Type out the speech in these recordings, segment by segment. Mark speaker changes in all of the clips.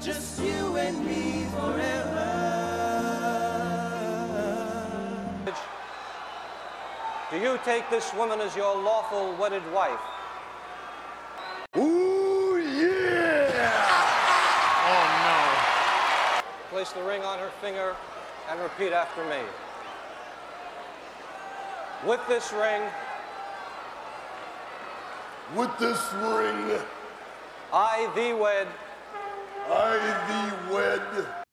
Speaker 1: just you and me forever.
Speaker 2: Do you take this woman as your lawful wedded wife?
Speaker 3: Ooh, yeah! Oh,
Speaker 2: Place the ring on her finger and repeat after me. With this ring,
Speaker 3: no. With this ring,
Speaker 2: I thee wed.
Speaker 3: I thee wed.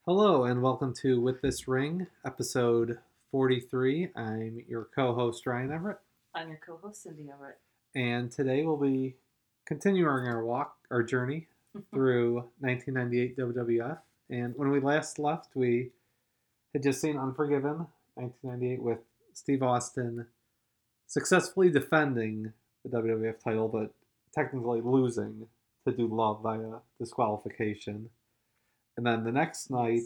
Speaker 4: Hello, and welcome to With This Ring, episode 43. I'm your co host, Ryan Everett,
Speaker 5: I'm your co-host Cindy Everett.
Speaker 4: and today we'll be continuing our walk, our journey through 1998 WWF. And when we last left, we had just seen Unforgiven 1998 with Steve Austin successfully defending the WWF title, but technically losing to Do Love via disqualification. And then the next night,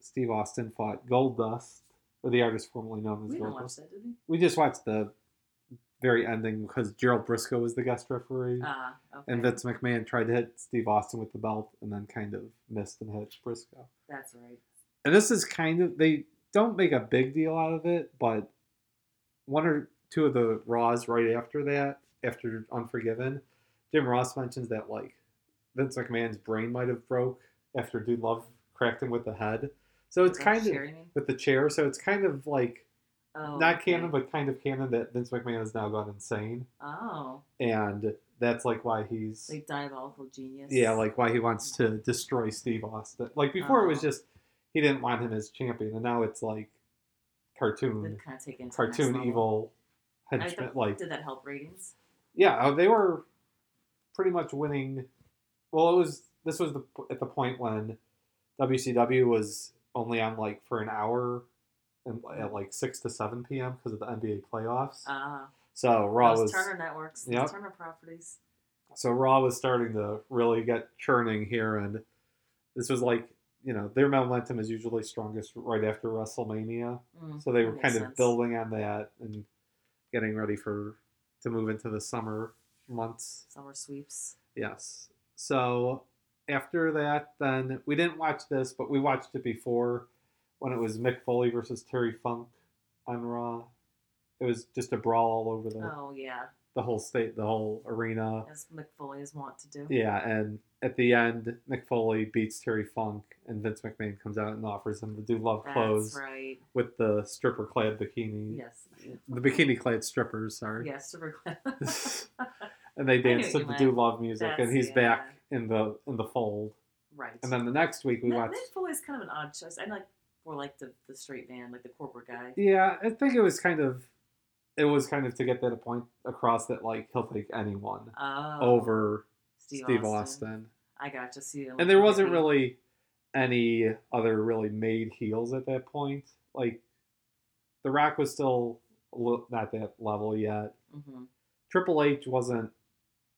Speaker 4: Steve Austin fought Goldust, or the artist formerly known as
Speaker 5: We didn't
Speaker 4: Goldust
Speaker 5: watch that, did we?
Speaker 4: we just watched the very ending because Gerald Briscoe was the guest referee,
Speaker 5: Ah, okay.
Speaker 4: and Vince McMahon tried to hit Steve Austin with the belt, and then kind of missed and hit Briscoe.
Speaker 5: That's right.
Speaker 4: And this is kind of they don't make a big deal out of it, but one or two of the Raws right after that, after Unforgiven, Jim Ross mentions that like Vince McMahon's brain might have broke after Dude Love cracked him with the head. So it's
Speaker 5: Is that
Speaker 4: kind of
Speaker 5: Sherry, you mean?
Speaker 4: with the chair. So it's kind of like
Speaker 5: Oh,
Speaker 4: not
Speaker 5: okay.
Speaker 4: canon, but kind of canon that Vince McMahon has now gone insane,
Speaker 5: oh,
Speaker 4: and that's like why he's
Speaker 5: like diabolical genius.
Speaker 4: yeah, like why he wants to destroy Steve Austin. Like before, it was
Speaker 5: Uh-huh.
Speaker 4: just he didn't want him as champion, and now it's like
Speaker 5: They've
Speaker 4: cartoon,
Speaker 5: kind of taken it to the next
Speaker 4: mm, cartoon
Speaker 5: level.
Speaker 4: evil
Speaker 5: I
Speaker 4: henchman.
Speaker 5: thought-
Speaker 4: Like
Speaker 5: did that help ratings?
Speaker 4: yeah, uh, they were pretty much winning. Well, it was this was the at the point when WCW was only on like for an hour. And at like six to seven p.m. because of the NBA playoffs,
Speaker 5: Ah,
Speaker 4: so
Speaker 5: that
Speaker 4: Raw
Speaker 5: was,
Speaker 4: was
Speaker 5: Turner Networks,
Speaker 4: Yep.
Speaker 5: those Turner Properties.
Speaker 4: so Raw was starting to really get churning here, and this was like you know their momentum is usually strongest right after WrestleMania,
Speaker 5: Mm,
Speaker 4: so they were
Speaker 5: makes
Speaker 4: kind of
Speaker 5: sense.
Speaker 4: building on that and getting ready for to move into the summer months.
Speaker 5: summer sweeps.
Speaker 4: Yes. So after that, then we didn't watch this, but we watched it before when it was Mick Foley versus Terry Funk on Raw. It was just a brawl all over the,
Speaker 5: Oh yeah,
Speaker 4: the whole state, the whole arena.
Speaker 5: as McFoley is wont to do.
Speaker 4: Yeah, and at the end, McFoley beats Terry Funk, and Vince McMahon comes out and offers him the Do Love
Speaker 5: That's
Speaker 4: clothes
Speaker 5: right.
Speaker 4: with the stripper clad bikini.
Speaker 5: Yes.
Speaker 4: The bikini clad strippers, sorry.
Speaker 5: Yes, super glad.
Speaker 4: and they
Speaker 5: knew
Speaker 4: dance
Speaker 5: what
Speaker 4: to
Speaker 5: you
Speaker 4: the Do
Speaker 5: meant.
Speaker 4: Love music, and
Speaker 5: That's-
Speaker 4: he's
Speaker 5: yeah.
Speaker 4: back in the in the fold.
Speaker 5: right.
Speaker 4: And then the next week we
Speaker 5: Mick-
Speaker 4: watched.
Speaker 5: Mick Foley's kind of an odd choice. I like more like the, the straight man, like the corporate guy.
Speaker 4: Yeah, I think it was kind of, it was kind of to get that point across that like he'll take anyone
Speaker 5: Oh,
Speaker 4: over Steve, Austin.
Speaker 5: I got to see him.
Speaker 4: and there wasn't really any other really made heels at that point. Like, The Rock was still a li- not that level yet.
Speaker 5: hmm
Speaker 4: Triple H wasn't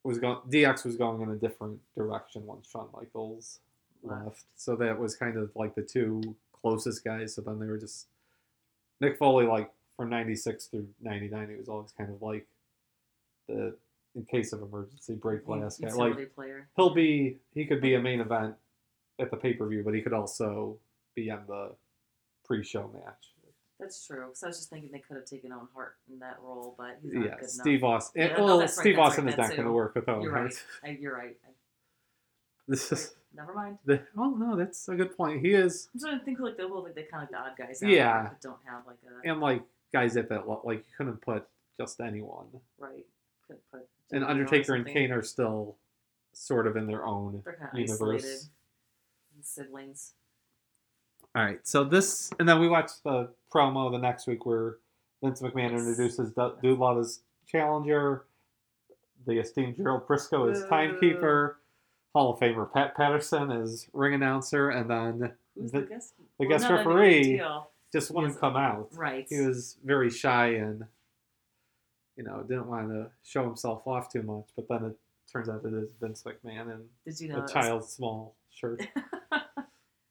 Speaker 4: was going. DX was going in a different direction once Shawn Michaels
Speaker 5: Left.
Speaker 4: left, so that was kind of like the two closest guys. So then they were just Mick Foley, like from '96 through '99, it was always kind of like the in case of emergency break glass guy. Like
Speaker 5: utility player.
Speaker 4: he'll be he could be a main event at the pay per view, but he could also be on the pre show match.
Speaker 5: That's true. Because I was just thinking they could have taken on Hart in that role, but he's not
Speaker 4: Yeah,
Speaker 5: good
Speaker 4: Steve Austin.
Speaker 5: Yeah, no,
Speaker 4: well,
Speaker 5: that's right,
Speaker 4: Steve
Speaker 5: that's
Speaker 4: Austin
Speaker 5: right,
Speaker 4: is
Speaker 5: that
Speaker 4: not going to
Speaker 5: too.
Speaker 4: work with Owen.
Speaker 5: enough. You're
Speaker 4: Hart.
Speaker 5: right. I, you're right. I,
Speaker 4: This is
Speaker 5: never mind.
Speaker 4: the. Oh no, that's a good point. He is
Speaker 5: I'm trying to think like the well, like they kind of the odd guys. out
Speaker 4: Yeah.
Speaker 5: there that don't have like a
Speaker 4: and like guys at that lo- like you couldn't put just anyone.
Speaker 5: right. Could put
Speaker 4: And
Speaker 5: Jimmy or
Speaker 4: Undertaker and
Speaker 5: something.
Speaker 4: Kane are still sort of in their own
Speaker 5: They're kind of isolated
Speaker 4: universe.
Speaker 5: and siblings.
Speaker 4: All right, so this, and then we watched the promo the next week where Vince McMahon
Speaker 5: Yes.
Speaker 4: introduces Du- Dulow as challenger, the esteemed Gerald Briscoe as timekeeper, Hall of Famer Pat Patterson as ring announcer, and then
Speaker 5: Who's
Speaker 4: the-
Speaker 5: the, guest?
Speaker 4: the
Speaker 5: well,
Speaker 4: guest
Speaker 5: not a big
Speaker 4: referee.
Speaker 5: deal.
Speaker 4: just wouldn't
Speaker 5: Yes.
Speaker 4: come out.
Speaker 5: Right.
Speaker 4: He was very shy and, you know, didn't want to show himself off too much, but then it turns out it is Vince McMahon in
Speaker 5: Did you know
Speaker 4: a
Speaker 5: that was-
Speaker 4: child small shirt.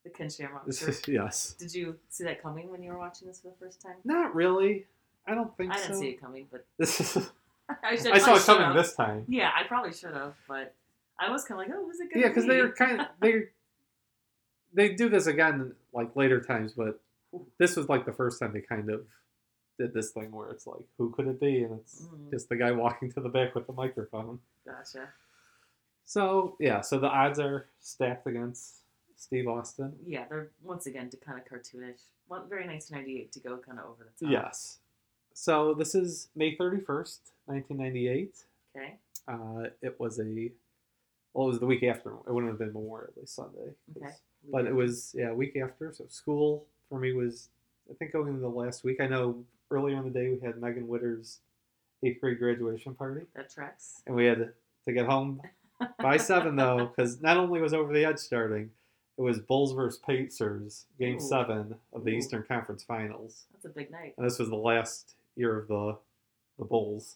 Speaker 5: the Ken Shamrock? shirt?
Speaker 4: yes.
Speaker 5: Did you see that coming when you were watching this for the first time?
Speaker 4: Not really. I don't think
Speaker 5: I
Speaker 4: so.
Speaker 5: didn't see it coming, but
Speaker 4: This is.
Speaker 5: I, should,
Speaker 4: I saw
Speaker 5: probably
Speaker 4: it coming
Speaker 5: should've.
Speaker 4: this time.
Speaker 5: Yeah, I probably should have, but I was kind of like, oh, who's it going
Speaker 4: Yeah, because they were kind of they they do this again like later times, but this was like the first time they kind of did this thing where it's like, who could it be? And it's
Speaker 5: Mhm.
Speaker 4: just the guy walking to the back with the microphone.
Speaker 5: Gotcha.
Speaker 4: So yeah, so the odds are stacked against Steve Austin.
Speaker 5: Yeah, they're once again to kind of cartoonish. One very 1998 to go kind of over the top.
Speaker 4: Yes. So this is May thirty first, nineteen ninety eight.
Speaker 5: Okay.
Speaker 4: Uh, it was a well, it was the week after. It wouldn't have been Memorial Day Sunday.
Speaker 5: Okay.
Speaker 4: But it was yeah, week after. So school for me was I think going into the last week. I know earlier in the day we had Megan Witter's eighth grade graduation party,
Speaker 5: that tracks.
Speaker 4: and we had to get home by seven though, because not only was over the edge starting, it was Bulls versus Pacers game
Speaker 5: Ooh.
Speaker 4: seven of the
Speaker 5: Ooh.
Speaker 4: Eastern Conference Finals,
Speaker 5: That's a big night.
Speaker 4: and this was the last year of the the Bulls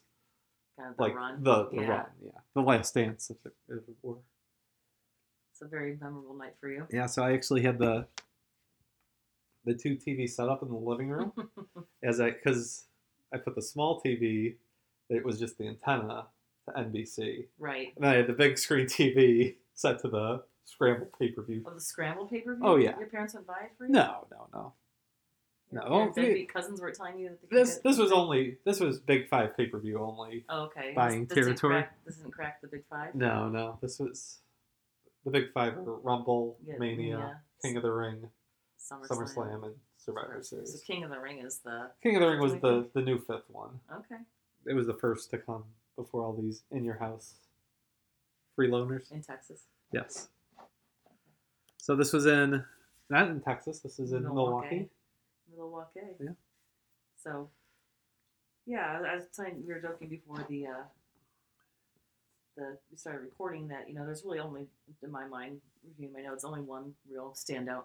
Speaker 5: Kind of the
Speaker 4: like
Speaker 5: run.
Speaker 4: the, the
Speaker 5: yeah.
Speaker 4: run, yeah, the last dance, if it, if it were.
Speaker 5: It's a very memorable night for you.
Speaker 4: Yeah, so I actually had the the two TV set up in the living room as I because I put the small TV that was just the antenna to NBC,
Speaker 5: right.
Speaker 4: and then I had the big screen TV set to the scramble pay per view.
Speaker 5: Oh, the scrambled pay per view?
Speaker 4: Oh, yeah.
Speaker 5: Your parents went by it for you?
Speaker 4: No, no, no.
Speaker 5: Your
Speaker 4: no,
Speaker 5: parents'
Speaker 4: we-
Speaker 5: deadbeat cousins were telling you that the
Speaker 4: This this was only this was Big Five pay per view only.
Speaker 5: Oh, okay. This-
Speaker 4: buying
Speaker 5: this
Speaker 4: territory.
Speaker 5: Didn't crack, this didn't crack the big five?
Speaker 4: No, no, this was the Big Five were Rumble,
Speaker 5: Yeah,
Speaker 4: Mania, King of the Ring,
Speaker 5: SummerSlam.
Speaker 4: SummerSlam, and Survivor
Speaker 5: Survivor Series.
Speaker 4: Series.
Speaker 5: So King of the Ring is the
Speaker 4: King of the Ring was
Speaker 5: Something like
Speaker 4: the the new fifth one.
Speaker 5: okay
Speaker 4: it was the first to come before all these in your house freeloaders.
Speaker 5: in Texas.
Speaker 4: Yes. So this was in not in Texas. This is in Milwaukee.
Speaker 5: Milwaukee.
Speaker 4: Yeah.
Speaker 5: So, yeah, I, I was telling we were joking before the uh, the we started recording that you know there's really only in my mind reviewing my notes only one real standout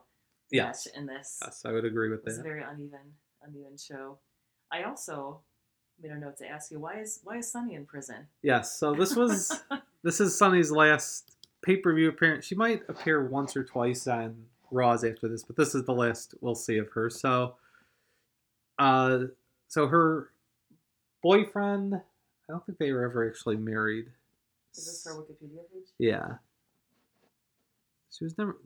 Speaker 4: Yes.
Speaker 5: match in this.
Speaker 4: Yes, I would agree with
Speaker 5: It was a
Speaker 4: that.
Speaker 5: very uneven uneven show. I also made a note to ask you why is why is Sunny in prison?
Speaker 4: Yes. So this was this is Sunny's last pay per view appearance. She might appear once or twice on Raws after this, but this is the last we'll see of her. So, uh, so her boyfriend. I don't think they were ever actually married.
Speaker 5: Is this her Wikipedia page?
Speaker 4: Yeah. She was never.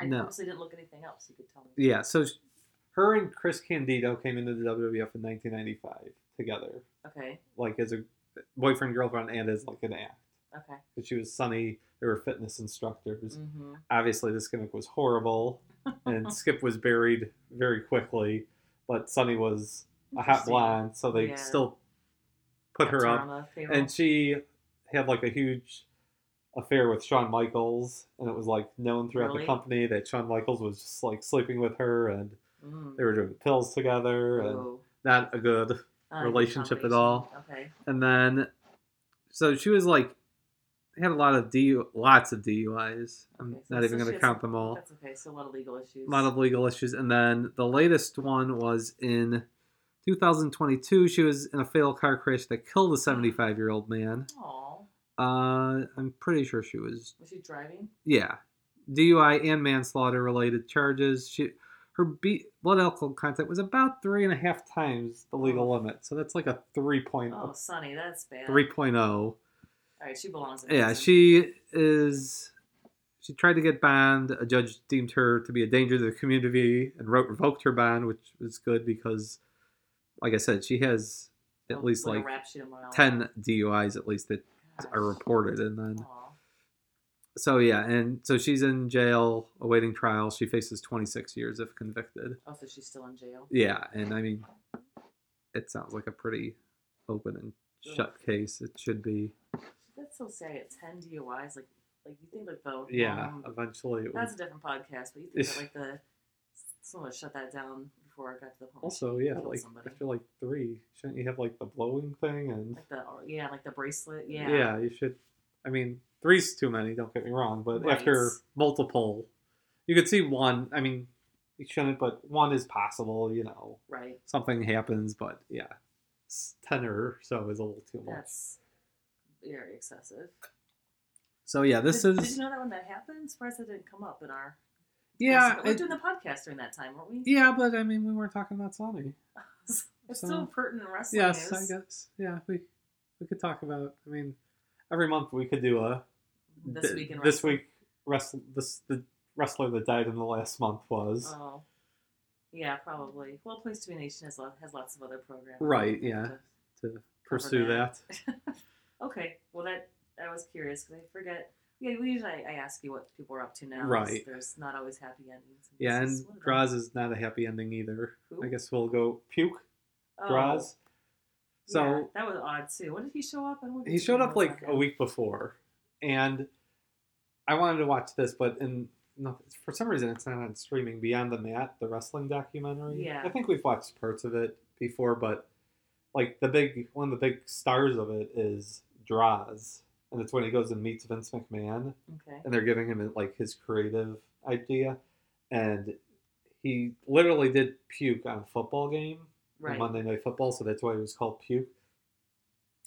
Speaker 5: I
Speaker 4: No.
Speaker 5: purposely didn't look anything up, so you could tell me.
Speaker 4: Yeah, so sh- her and Chris Candido came into the WWF in 1995 together,
Speaker 5: Okay.
Speaker 4: like as a boyfriend girlfriend and as like an act.
Speaker 5: Okay.
Speaker 4: Because she was Sunny, they were fitness instructors.
Speaker 5: Mm-hmm.
Speaker 4: Obviously, this gimmick was horrible, and Skip was buried very quickly. But Sunny was a hot blonde, so they
Speaker 5: Yeah.
Speaker 4: still put her up and she had like a huge affair with Shawn Michaels, and it was like known throughout
Speaker 5: Really?
Speaker 4: the company that Shawn Michaels was just like sleeping with her, and
Speaker 5: mm.
Speaker 4: they were doing pills together, and
Speaker 5: Oh,
Speaker 4: not a good.
Speaker 5: not a good
Speaker 4: relationship at
Speaker 5: combination.
Speaker 4: all.
Speaker 5: Okay.
Speaker 4: And then, so she was like, had a lot of DU, lots of DUIs. I'm
Speaker 5: Okay, so
Speaker 4: not
Speaker 5: this
Speaker 4: even
Speaker 5: is
Speaker 4: going to
Speaker 5: just-
Speaker 4: count them all.
Speaker 5: That's okay. So a lot of legal issues.
Speaker 4: a lot of legal issues. And then the latest one was in 2022. She was in a fatal car crash that killed a 75 year old man.
Speaker 5: Aw.
Speaker 4: Uh, I'm pretty sure she was
Speaker 5: Was she driving?
Speaker 4: Yeah, DUI and manslaughter related charges. She, her B, blood alcohol content was about three and a half times the legal limit, so that's like a 3.0.
Speaker 5: Oh, Sonny, that's bad.
Speaker 4: 3.0.
Speaker 5: All right, she belongs. In
Speaker 4: oh. Yeah,
Speaker 5: prison.
Speaker 4: she is. She tried to get banned. A judge deemed her to be a danger to the community and wrote revoked her ban, which was good because, like I said, she has at
Speaker 5: Well,
Speaker 4: least
Speaker 5: Oh, what a
Speaker 4: like
Speaker 5: rap sheet a mile.
Speaker 4: ten DUIs at least that
Speaker 5: Gosh.
Speaker 4: are reported, and then
Speaker 5: Oh, Aw.
Speaker 4: So yeah, and so she's in jail awaiting trial. She faces 26 years if convicted.
Speaker 5: Oh, so she's still in jail.
Speaker 4: Yeah, and I mean, it sounds like a pretty open and shut case. It should be.
Speaker 5: That's so sad. At ten DUIs, like, like you think like the
Speaker 4: Yeah,
Speaker 5: um,
Speaker 4: eventually it
Speaker 5: that's
Speaker 4: was.
Speaker 5: a different podcast, but you think that like the someone shut that down before I got to the point.
Speaker 4: Also, yeah,
Speaker 5: killed
Speaker 4: like
Speaker 5: somebody.
Speaker 4: after like three, shouldn't you have like the blowing thing and
Speaker 5: Like the or- yeah, like the bracelet. Yeah.
Speaker 4: yeah, you should. I mean, three's too many. Don't get me wrong, but
Speaker 5: Right.
Speaker 4: after multiple, you could see one. I mean, you shouldn't, but one is possible. You know,
Speaker 5: Right.
Speaker 4: something happens, but yeah, s- ten or so is a little too much.
Speaker 5: That's very excessive.
Speaker 4: So yeah, this
Speaker 5: did,
Speaker 4: is
Speaker 5: Did you know that when that happened? Surprised it didn't come up in our.
Speaker 4: yeah,
Speaker 5: we were
Speaker 4: it-
Speaker 5: doing the podcast during that time, weren't we?
Speaker 4: yeah, but I mean, we weren't talking about Sonny.
Speaker 5: It's
Speaker 4: So-
Speaker 5: still pertinent wrestling
Speaker 4: Yes,
Speaker 5: news.
Speaker 4: I guess. Yeah, we we could talk about. I mean, every month we could do a
Speaker 5: This
Speaker 4: th-
Speaker 5: week in
Speaker 4: this
Speaker 5: wrestling.
Speaker 4: week wrestle this the wrestler that died in the last month was.
Speaker 5: Oh, yeah, probably. Well, Place to Be a Nation has, lo- has lots of other programming.
Speaker 4: Right, yeah.
Speaker 5: to-
Speaker 4: to pursue that.
Speaker 5: that. Okay, well that I was curious because I forget. Yeah, we usually I, I ask you what people are up to now. 'cause
Speaker 4: Right.
Speaker 5: There's not always happy endings. and
Speaker 4: Yeah,
Speaker 5: this is
Speaker 4: and
Speaker 5: one of them.
Speaker 4: Draws is not a happy ending either.
Speaker 5: Who?
Speaker 4: I guess we'll go puke
Speaker 5: Oh,
Speaker 4: Draws. So
Speaker 5: yeah, that was odd too. When did he show up? I don't
Speaker 4: he showed up
Speaker 5: remember
Speaker 4: like
Speaker 5: that.
Speaker 4: a week before, and I wanted to watch this, but in no, for some reason it's not on streaming. Beyond the Mat, the wrestling documentary.
Speaker 5: Yeah.
Speaker 4: I think we've watched parts of it before, but like the big one of the big stars of it is Draws, and it's when he goes and meets Vince McMahon.
Speaker 5: Okay.
Speaker 4: and they're giving him like his creative idea, and he literally did puke on a football game, on
Speaker 5: Right.
Speaker 4: Monday Night Football, so that's why it was called puke.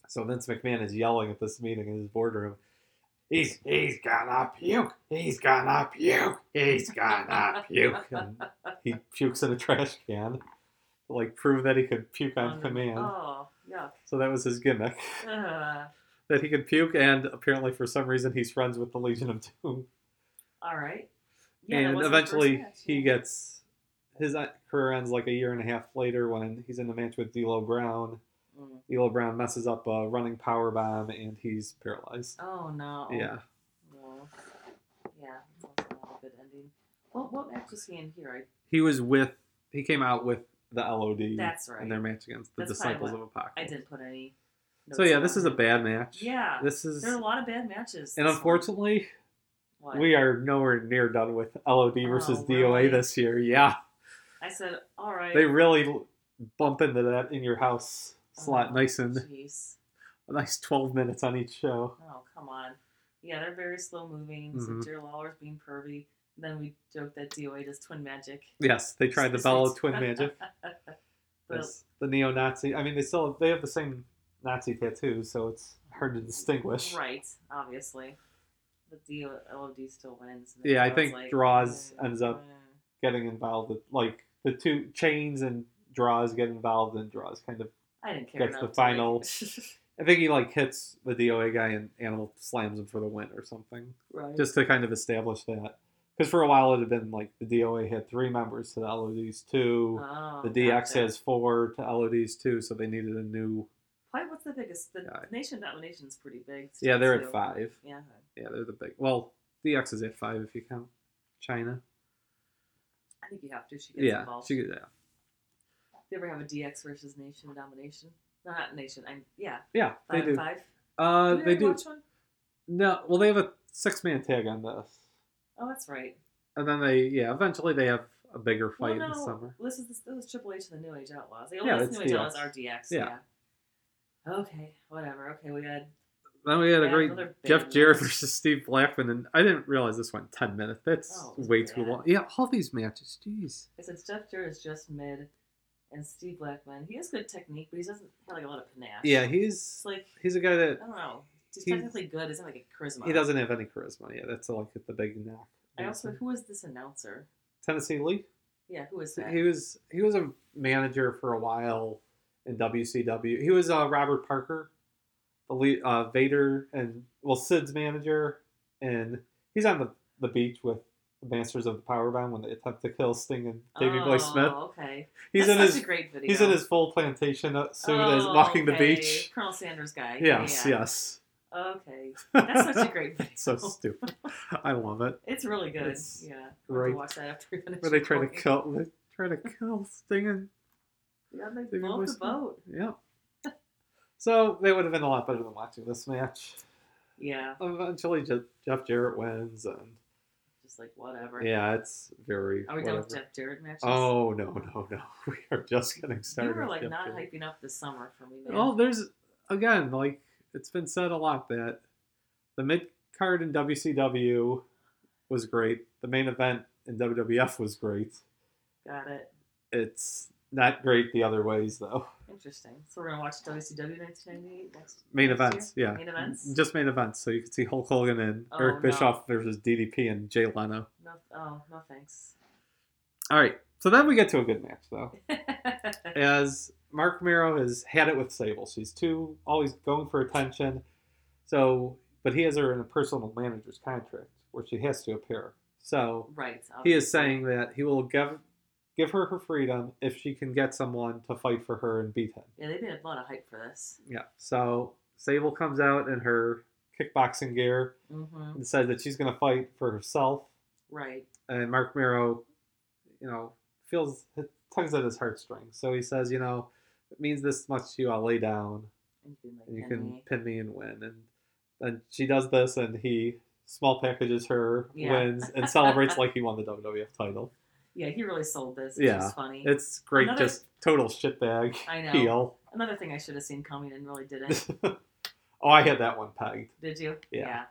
Speaker 4: So Vince McMahon is yelling at this meeting in his boardroom. He's he's gonna puke. He's gonna puke. He's gonna puke. And he pukes in a trash can, to, like prove that he could puke on
Speaker 5: Um,
Speaker 4: command.
Speaker 5: Oh, Uh, yuck.
Speaker 4: So that was his gimmick
Speaker 5: Ugh.
Speaker 4: that he could puke, and apparently for some reason he's friends with the Legion of Doom.
Speaker 5: all right. Yeah, that
Speaker 4: and
Speaker 5: was the first
Speaker 4: eventually
Speaker 5: match,
Speaker 4: he
Speaker 5: yeah.
Speaker 4: gets his uh, career ends like a year and a half later when he's in a match with D'Lo Brown.
Speaker 5: Mm.
Speaker 4: D'Lo Brown messes up a running power bomb and he's paralyzed.
Speaker 5: Oh no.
Speaker 4: Yeah,
Speaker 5: No. Yeah, that's also not a good ending. Well, what match was he in here?
Speaker 4: he was with he came out with the LOD.
Speaker 5: That's right.
Speaker 4: In their match against the
Speaker 5: That's probably
Speaker 4: Disciples of
Speaker 5: what
Speaker 4: Apocalypse.
Speaker 5: I, I didn't put any.
Speaker 4: So
Speaker 5: notes
Speaker 4: yeah,
Speaker 5: on
Speaker 4: this is
Speaker 5: it.
Speaker 4: a bad match.
Speaker 5: Yeah.
Speaker 4: This is
Speaker 5: There are a lot of bad matches.
Speaker 4: and
Speaker 5: this one.
Speaker 4: unfortunately
Speaker 5: What?
Speaker 4: we are nowhere near done with LOD versus
Speaker 5: Oh,
Speaker 4: DOA
Speaker 5: really?
Speaker 4: this year. Yeah,
Speaker 5: I said, all right. Oh,
Speaker 4: they really bump into that in your house slot
Speaker 5: Oh,
Speaker 4: nice and
Speaker 5: Jeez.
Speaker 4: a nice 12 minutes on each show.
Speaker 5: Oh, come on. Yeah, they're very slow moving. So
Speaker 4: Mhm.
Speaker 5: Jerry Lawler's being pervy. And then we joke that DOA does twin magic.
Speaker 4: Yes, they tried the Bell of Twin Magic.
Speaker 5: But
Speaker 4: Yes, the neo-Nazi. I mean, they still they have the same Nazi tattoos, so it's hard to distinguish.
Speaker 5: right, obviously. But DOLOD still wins. and
Speaker 4: Yeah, I
Speaker 5: everyone's
Speaker 4: think
Speaker 5: like,
Speaker 4: Draws
Speaker 5: "Mm,
Speaker 4: ends up-
Speaker 5: mm."
Speaker 4: Getting involved with like the two chains and draws get involved and draws kind of.
Speaker 5: I didn't care.
Speaker 4: gets
Speaker 5: enough
Speaker 4: the
Speaker 5: to, like-
Speaker 4: final- I think he like hits the DOA guy and Animal slams him for the win or something,
Speaker 5: right.
Speaker 4: just to kind of establish that. Because for a while it had been like the DOA had three members to the LODs two,
Speaker 5: Oh,
Speaker 4: the DX
Speaker 5: gotcha.
Speaker 4: has four to LODs two, so they needed a new.
Speaker 5: Probably what's the biggest? The
Speaker 4: Yeah.
Speaker 5: Nation Domination's pretty big.
Speaker 4: Yeah, they're
Speaker 5: too.
Speaker 4: at five.
Speaker 5: Yeah.
Speaker 4: Yeah, they're the big. Well, DX is at five if you count China.
Speaker 5: I think you have to. She gets
Speaker 4: Yeah,
Speaker 5: involved.
Speaker 4: she, yeah,
Speaker 5: They ever have a DX versus Nation domination? No, Not Nation. I'm yeah.
Speaker 4: yeah, they
Speaker 5: Five and
Speaker 4: do.
Speaker 5: Five.
Speaker 4: Uh,
Speaker 5: Did we
Speaker 4: they
Speaker 5: already
Speaker 4: do.
Speaker 5: Watch one?
Speaker 4: No, well, they have a six-man tag on this,
Speaker 5: Oh, that's right.
Speaker 4: and then they, yeah, eventually they have a bigger fight
Speaker 5: well,
Speaker 4: in
Speaker 5: no,
Speaker 4: the summer.
Speaker 5: This is this is Triple H and the New Age Outlaws. They only
Speaker 4: Yeah,
Speaker 5: yeah,
Speaker 4: it's
Speaker 5: New Age
Speaker 4: DX.
Speaker 5: Outlaws are DX.
Speaker 4: Yeah.
Speaker 5: Yeah. Okay. Whatever. Okay. We had
Speaker 4: Then we had a
Speaker 5: Yeah,
Speaker 4: great
Speaker 5: another big
Speaker 4: Jeff Jarrett
Speaker 5: match.
Speaker 4: versus Steve Blackman, and I didn't realize this went ten minutes. That's
Speaker 5: Oh, it's
Speaker 4: way too
Speaker 5: bad.
Speaker 4: long. Yeah, all these matches, jeez.
Speaker 5: I said Jeff Jarrett is just mid, and Steve Blackman he has good technique, but he doesn't have like a lot of panache.
Speaker 4: Yeah,
Speaker 5: It's
Speaker 4: he's
Speaker 5: like
Speaker 4: he's a guy that
Speaker 5: I don't know. He's,
Speaker 4: He's-
Speaker 5: technically good. Isn't like a charisma.
Speaker 4: he doesn't have any charisma. Yeah, that's like the big knock.
Speaker 5: I also who is this announcer?
Speaker 4: Tennessee Lee.
Speaker 5: Yeah. Who is
Speaker 4: So
Speaker 5: that?
Speaker 4: he was he was a manager for a while in WCW. He was uh, Robert Parker, the lead, uh, Vader and well Sid's manager, and he's on the, the beach with the Masters of the Powerbomb when they attempt to kill Sting and Davey Boy Smith.
Speaker 5: Oh, okay.
Speaker 4: He's
Speaker 5: That's
Speaker 4: in
Speaker 5: such
Speaker 4: his
Speaker 5: a great video.
Speaker 4: he's in his full plantation uh, suit as
Speaker 5: Oh,
Speaker 4: walking the
Speaker 5: okay.
Speaker 4: beach.
Speaker 5: Colonel Sanders guy. Yeah,
Speaker 4: Yes,
Speaker 5: yeah.
Speaker 4: yes.
Speaker 5: Okay. That's such a great video.
Speaker 4: so stupid. I love it.
Speaker 5: It's really good.
Speaker 4: It's
Speaker 5: yeah. I'll have to
Speaker 4: great.
Speaker 5: Watch that after we finish.
Speaker 4: Where they try to
Speaker 5: recording.
Speaker 4: kill they try to kill Sting and
Speaker 5: Yeah, they
Speaker 4: Davey
Speaker 5: blow
Speaker 4: Boy
Speaker 5: up the
Speaker 4: Smith.
Speaker 5: boat.
Speaker 4: Yeah. So they would have been a lot better than watching this match.
Speaker 5: Yeah.
Speaker 4: Oh, Eventually, Je- Jeff Jarrett wins, and
Speaker 5: Just like whatever.
Speaker 4: yeah, it's very.
Speaker 5: Are we done with
Speaker 4: whatever.
Speaker 5: Jeff Jarrett matches?
Speaker 4: Oh no no no! We are just getting
Speaker 5: You
Speaker 4: started.
Speaker 5: were
Speaker 4: with
Speaker 5: like
Speaker 4: Jeff
Speaker 5: not
Speaker 4: Jarrett. Oh.
Speaker 5: hyping up this summer for me, man.
Speaker 4: Well, there's again like it's been said a lot that the mid card in WCW was great. The main event in WWF was great.
Speaker 5: Got it.
Speaker 4: It's not great the other ways though.
Speaker 5: Interesting. So we're gonna watch WCW 1998 next.
Speaker 4: Main
Speaker 5: next year?
Speaker 4: events, yeah.
Speaker 5: Main events.
Speaker 4: Just main events, so you can see Hulk Hogan and
Speaker 5: Oh,
Speaker 4: Eric
Speaker 5: no.
Speaker 4: Bischoff versus DDP and Jay Leno.
Speaker 5: No, oh no, thanks.
Speaker 4: All right, so then we get to a good match though. as Mark Mero has had it with Sable. She's too always going for attention. So, but he has her in a personal manager's contract where she has to appear. So
Speaker 5: Right.
Speaker 4: he
Speaker 5: obviously.
Speaker 4: is saying that he will give give her her freedom if she can get someone to fight for her and beat him.
Speaker 5: Yeah, they've been a lot of hype for this.
Speaker 4: Yeah. So Sable comes out in her kickboxing gear
Speaker 5: Mm-hmm.
Speaker 4: and says that she's going to fight for herself.
Speaker 5: Right.
Speaker 4: And Mark Miro, you know, feels tugs at his heartstrings. So he says, you know, it means this much to you. I'll lay down
Speaker 5: And you can, like,
Speaker 4: and you
Speaker 5: pin
Speaker 4: can
Speaker 5: me.
Speaker 4: pin me and win. And and she does this, and he small packages her,
Speaker 5: Yeah.
Speaker 4: wins, and celebrates like he won the WWF title.
Speaker 5: Yeah, he really sold this.
Speaker 4: Yeah,
Speaker 5: It's just funny.
Speaker 4: It's great,
Speaker 5: Another-
Speaker 4: just total shitbag
Speaker 5: I know.
Speaker 4: heel.
Speaker 5: Another thing I should have seen coming and really didn't.
Speaker 4: oh, I had that one pegged.
Speaker 5: Did you?
Speaker 4: Yeah.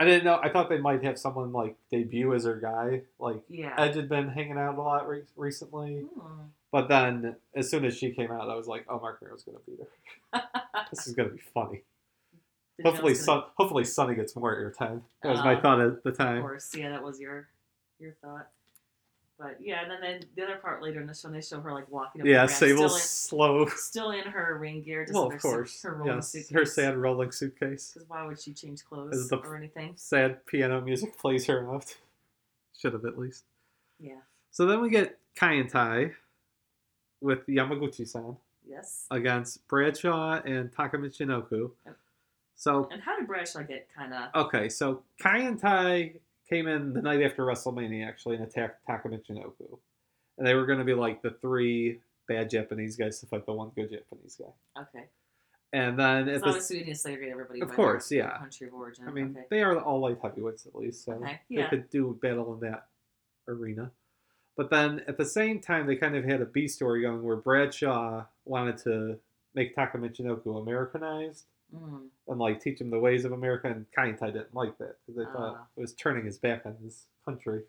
Speaker 4: I didn't know. I thought they might have someone like debut as her guy, like
Speaker 5: Yeah. yeah.
Speaker 4: Edge had been hanging out a lot re- recently,
Speaker 5: Hmm.
Speaker 4: but then as soon as she came out, I was like, "Oh, Mark Miro's gonna beat her. this is gonna be funny."
Speaker 5: Did you know
Speaker 4: hopefully,
Speaker 5: it's gonna-
Speaker 4: Sun, hopefully Sunny gets more airtime. That was my
Speaker 5: Uh,
Speaker 4: thought at the
Speaker 5: Of
Speaker 4: time.
Speaker 5: course, yeah, that was your your thought. But yeah, and then, then the other part later in the show, they show her like walking. Up
Speaker 4: yeah,
Speaker 5: the ramp, still
Speaker 4: Sable's slow.
Speaker 5: in, still in her ring gear. Just
Speaker 4: Well, of
Speaker 5: in her suit-
Speaker 4: course,
Speaker 5: her rolling
Speaker 4: yes, her
Speaker 5: suitcase.
Speaker 4: sad rolling suitcase.
Speaker 5: Because why would she change clothes
Speaker 4: Is the-
Speaker 5: or anything?
Speaker 4: Sad piano music plays her out. Should have at least.
Speaker 5: Yeah.
Speaker 4: So then we get Kai and Tai with Yamaguchi-san
Speaker 5: Yes.
Speaker 4: against Bradshaw and Takamichinoku.
Speaker 5: Yep.
Speaker 4: So
Speaker 5: And how did Bradshaw get kind of?
Speaker 4: Okay, so Kai and Tai came in the night after WrestleMania actually and attacked Takamichinoku. And they were going to be like the three bad Japanese guys to fight the one good Japanese guy.
Speaker 5: Okay.
Speaker 4: And then at
Speaker 5: It's
Speaker 4: this,
Speaker 5: obviously we need to segregate everybody.
Speaker 4: Of
Speaker 5: by
Speaker 4: course,
Speaker 5: their
Speaker 4: yeah.
Speaker 5: Country of origin.
Speaker 4: I mean,
Speaker 5: okay.
Speaker 4: they are all light heavyweights at least, so
Speaker 5: Okay,
Speaker 4: they
Speaker 5: yeah.
Speaker 4: could do battle in that arena. But then at the same time, they kind of had a B story going where Bradshaw wanted to make Takamichinoku Americanized.
Speaker 5: Mm,
Speaker 4: and like teach him the ways of America. And Kaintai didn't like that because they
Speaker 5: Ah.
Speaker 4: thought it was turning his back on his country.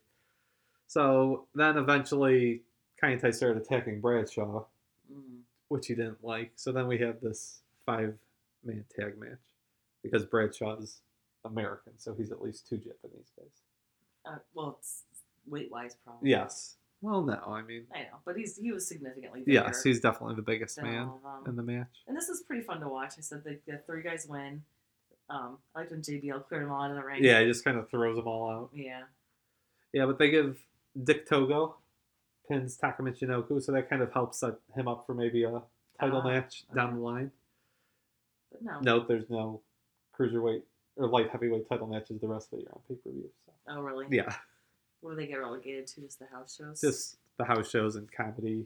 Speaker 4: So then eventually Kaintai started attacking Bradshaw,
Speaker 5: mm.
Speaker 4: which he didn't like. So then we have this five man tag match because Bradshaw's American, so he's at least two Japanese guys.
Speaker 5: Uh, well, it's weight wise, probably.
Speaker 4: Yes. Well, no, I mean,
Speaker 5: I know, but he's he was significantly bigger.
Speaker 4: yes, he's definitely the biggest
Speaker 5: than
Speaker 4: man
Speaker 5: all of them.
Speaker 4: in the match.
Speaker 5: And this is pretty fun to watch. I said the, the three guys win. Um, I liked when JBL cleared them all out of the ring.
Speaker 4: Yeah, he just kind of throws them all out.
Speaker 5: Yeah.
Speaker 4: Yeah, but they give Dick Togo pins Takamichinoku, so that kind of helps set him up for maybe a title
Speaker 5: Ah,
Speaker 4: match down
Speaker 5: okay.
Speaker 4: the line.
Speaker 5: But no.
Speaker 4: Note there's no cruiserweight or light heavyweight title matches the rest of the year on pay per view. So.
Speaker 5: Oh, really?
Speaker 4: Yeah,
Speaker 5: What do they get relegated to? Just the house shows?
Speaker 4: just the house shows and comedy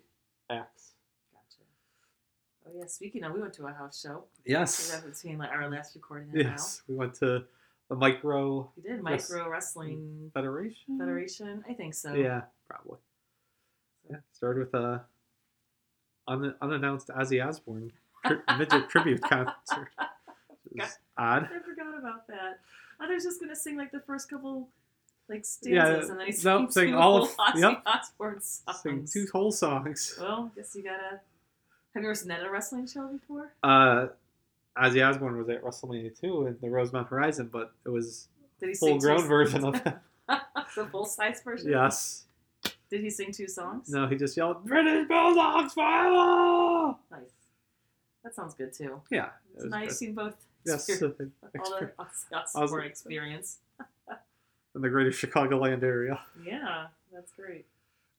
Speaker 4: acts.
Speaker 5: Gotcha. Oh, yeah. Speaking of, we went to a house show. So
Speaker 4: Yes,
Speaker 5: that between like, our last recording and
Speaker 4: yes, we went to the Micro
Speaker 5: now. We did
Speaker 4: Yes.
Speaker 5: Micro Wrestling
Speaker 4: Federation.
Speaker 5: Federation. I think so.
Speaker 4: Yeah, probably. Yeah, started with a un- unannounced Ozzy Osbourne tri- midget tribute concert. Which is odd.
Speaker 5: I forgot about that. I was just going to sing like the first couple like
Speaker 4: Yeah,
Speaker 5: stanzas and then he
Speaker 4: no,
Speaker 5: sings
Speaker 4: sing
Speaker 5: two
Speaker 4: all of-
Speaker 5: whole Ozzy
Speaker 4: yep.
Speaker 5: Osbourne songs.
Speaker 4: Sing two whole songs.
Speaker 5: Well, guess you gotta. Have you ever seen that at a wrestling show before?
Speaker 4: Uh, Ozzy Osbourne was at WrestleMania 2 in the Rosemount Horizon, but it was
Speaker 5: Did he
Speaker 4: full
Speaker 5: sing
Speaker 4: grown
Speaker 5: two...
Speaker 4: version of that.
Speaker 5: the full size version?
Speaker 4: yes.
Speaker 5: Did he sing two songs?
Speaker 4: No, he just yelled, British Bulldogs forever!
Speaker 5: Nice. That sounds good too.
Speaker 4: Yeah. it
Speaker 5: It's
Speaker 4: was
Speaker 5: nice
Speaker 4: good.
Speaker 5: seeing both.
Speaker 4: Yes.
Speaker 5: experience-
Speaker 4: uh,
Speaker 5: All the
Speaker 4: exper-
Speaker 5: Osbourne
Speaker 4: Osbourne.
Speaker 5: experience.
Speaker 4: in the greater Chicagoland area.
Speaker 5: Yeah, that's great.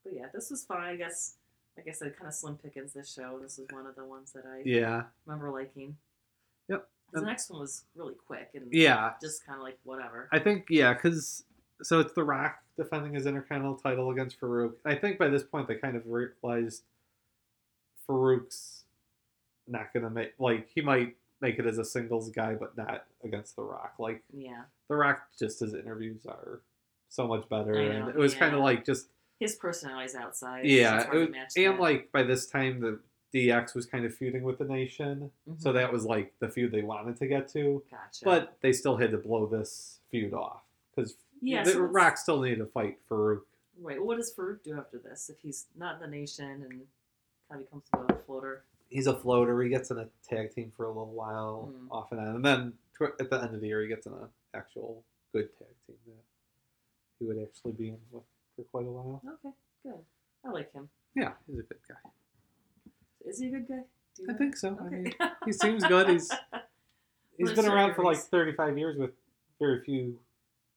Speaker 5: But yeah, this was fun. I guess, like I said, kind of slim pickings this show. This was one of the ones that I
Speaker 4: Yeah.
Speaker 5: remember liking.
Speaker 4: Yep.
Speaker 5: 'Cause
Speaker 4: Um,
Speaker 5: the next one was really quick and
Speaker 4: Yeah.
Speaker 5: just kind of like whatever.
Speaker 4: I think, yeah, because. So it's The Rock defending his Intercontinental title against Farouk. I think by this point they kind of realized Farouk's not going to make. Like, he might make it as a singles guy, but not against The Rock. Like,
Speaker 5: yeah.
Speaker 4: The Rock just his interviews are so much better,
Speaker 5: I
Speaker 4: and
Speaker 5: know,
Speaker 4: it was kind of
Speaker 5: yeah.
Speaker 4: like just
Speaker 5: His personality's outside.
Speaker 4: yeah,
Speaker 5: It's
Speaker 4: it
Speaker 5: hard to
Speaker 4: was,
Speaker 5: match
Speaker 4: and
Speaker 5: that.
Speaker 4: like by this time the DX was kind of feuding with the Nation, so
Speaker 5: Mhm.
Speaker 4: that was like the feud they wanted to get to,
Speaker 5: Gotcha.
Speaker 4: but they still had to blow this feud off because
Speaker 5: yeah,
Speaker 4: the
Speaker 5: so let's-
Speaker 4: Rock still needed to fight Farouk.
Speaker 5: Right. Well, what does Farouk do after this? If he's not in the nation and kind of becomes a bit of a floater,
Speaker 4: He's a floater. He gets in a tag team for a little while,
Speaker 5: Mhm.
Speaker 4: off and on, and then tw- at the end of the year he gets in an actual good tag team that he would actually be in with for quite a while.
Speaker 5: okay, good. I like him.
Speaker 4: Yeah, he's a good guy.
Speaker 5: Is he a good guy? Do you
Speaker 4: I
Speaker 5: know?
Speaker 4: think so. I
Speaker 5: Okay.
Speaker 4: mean, he seems good. He's he's
Speaker 5: Well,
Speaker 4: been
Speaker 5: sure,
Speaker 4: around for like
Speaker 5: he's-
Speaker 4: 35 years with very few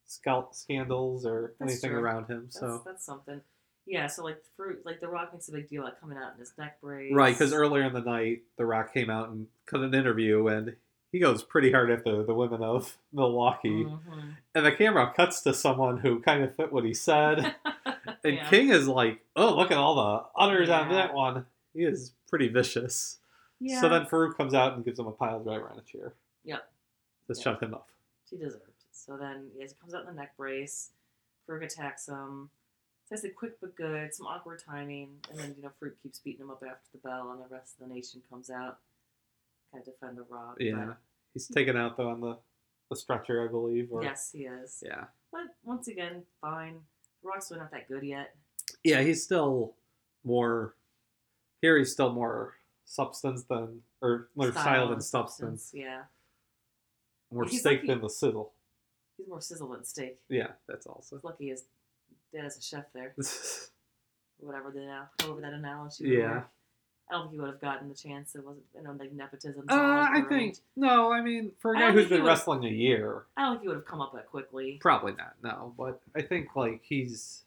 Speaker 4: scal- scandals or
Speaker 5: That's
Speaker 4: anything
Speaker 5: true.
Speaker 4: around him.
Speaker 5: That's,
Speaker 4: so
Speaker 5: that's something. Yeah, so like fruit, like The Rock makes a big deal out coming out in his neck brace.
Speaker 4: right, because earlier in the night, The Rock came out and cut an interview, and he goes pretty hard after the women of Milwaukee,
Speaker 5: Mhm.
Speaker 4: and the camera cuts to someone who kind of fit what he said, and
Speaker 5: Yeah.
Speaker 4: King is like, "Oh, look at all the udders on
Speaker 5: Yeah.
Speaker 4: that one." He is pretty vicious.
Speaker 5: yeah.
Speaker 4: So then Farouk comes out and gives him a pile driver on a chair.
Speaker 5: Yep.
Speaker 4: To
Speaker 5: Yeah.
Speaker 4: shut him up.
Speaker 5: She deserved. it. So then yeah, he comes out in the neck brace. Ferg attacks him. Says it quick but good, some awkward timing, and then you know Fruit keeps beating him up after the bell, and the rest of the nation comes out, kind of defend the Rock. but-
Speaker 4: Yeah. He's taken out though on the, the stretcher, I believe. Or,
Speaker 5: yes, he is.
Speaker 4: Yeah.
Speaker 5: But once again, fine. The Rock's really not that good yet.
Speaker 4: Yeah, he's still more here he's still more substance than or more style, than
Speaker 5: and
Speaker 4: substance.
Speaker 5: Yeah,
Speaker 4: More
Speaker 5: He's
Speaker 4: steak
Speaker 5: like-
Speaker 4: than the sizzle.
Speaker 5: he's more sizzle than steak.
Speaker 4: Yeah, that's also.
Speaker 5: He's lucky his dad is a chef there. Whatever the however that analogy. would
Speaker 4: Yeah.
Speaker 5: work. I don't think he would have gotten the chance. It wasn't, I don't think nepotism.
Speaker 4: uh, I think no, I mean for a
Speaker 5: I
Speaker 4: guy
Speaker 5: don't
Speaker 4: who's
Speaker 5: think he
Speaker 4: been
Speaker 5: would-
Speaker 4: wrestling a year,
Speaker 5: I don't think he would have come up that quickly.
Speaker 4: Probably not. No, but I think like he's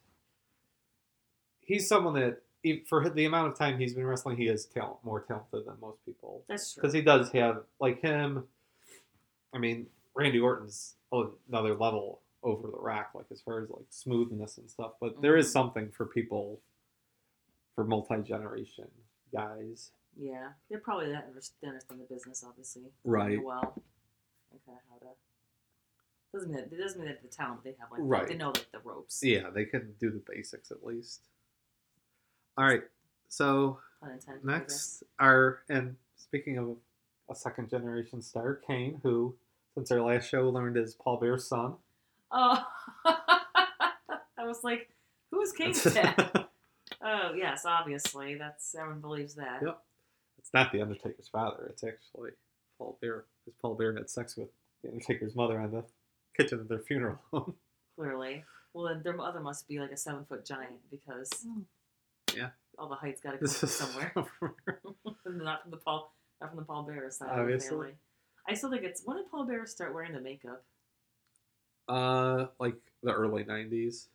Speaker 4: he's someone that e- for the amount of time he's been wrestling, he is talent more talented than most people
Speaker 5: That's true.
Speaker 4: because he does have like him. I mean, Randy Orton's on another level over the rack, like as far as like smoothness and stuff. But there is
Speaker 5: Mhm.
Speaker 4: something for people for multi generation guys.
Speaker 5: yeah, they're probably that understand the business, obviously.
Speaker 4: Right.
Speaker 5: really Well, and kind of how to. Doesn't mean that, it doesn't mean that the talent they have, like
Speaker 4: Right.
Speaker 5: they know like the ropes.
Speaker 4: Yeah, they can do the basics at least. All right, so
Speaker 5: Pun intended, I guess.
Speaker 4: Next, our and speaking of a second generation star, Kane, who since our last show learned is Paul Bear's son.
Speaker 5: Oh, I was like, who is King's dad? oh yes, obviously that's everyone believes that.
Speaker 4: Yep. It's not the Undertaker's father. It's actually Paul Bear, because Paul Bear had sex with the Undertaker's mother on the kitchen of their funeral home.
Speaker 5: Clearly. Well, then their mother must be like a seven foot giant because.
Speaker 4: Hmm. Yeah.
Speaker 5: All the height's got to come
Speaker 4: This
Speaker 5: from
Speaker 4: is
Speaker 5: somewhere. not from the Paul, not from the Paul Bearer side
Speaker 4: Obviously.
Speaker 5: of the family. I still think it's when did Paul Bearer start wearing the makeup?
Speaker 4: uh, like the early '90s.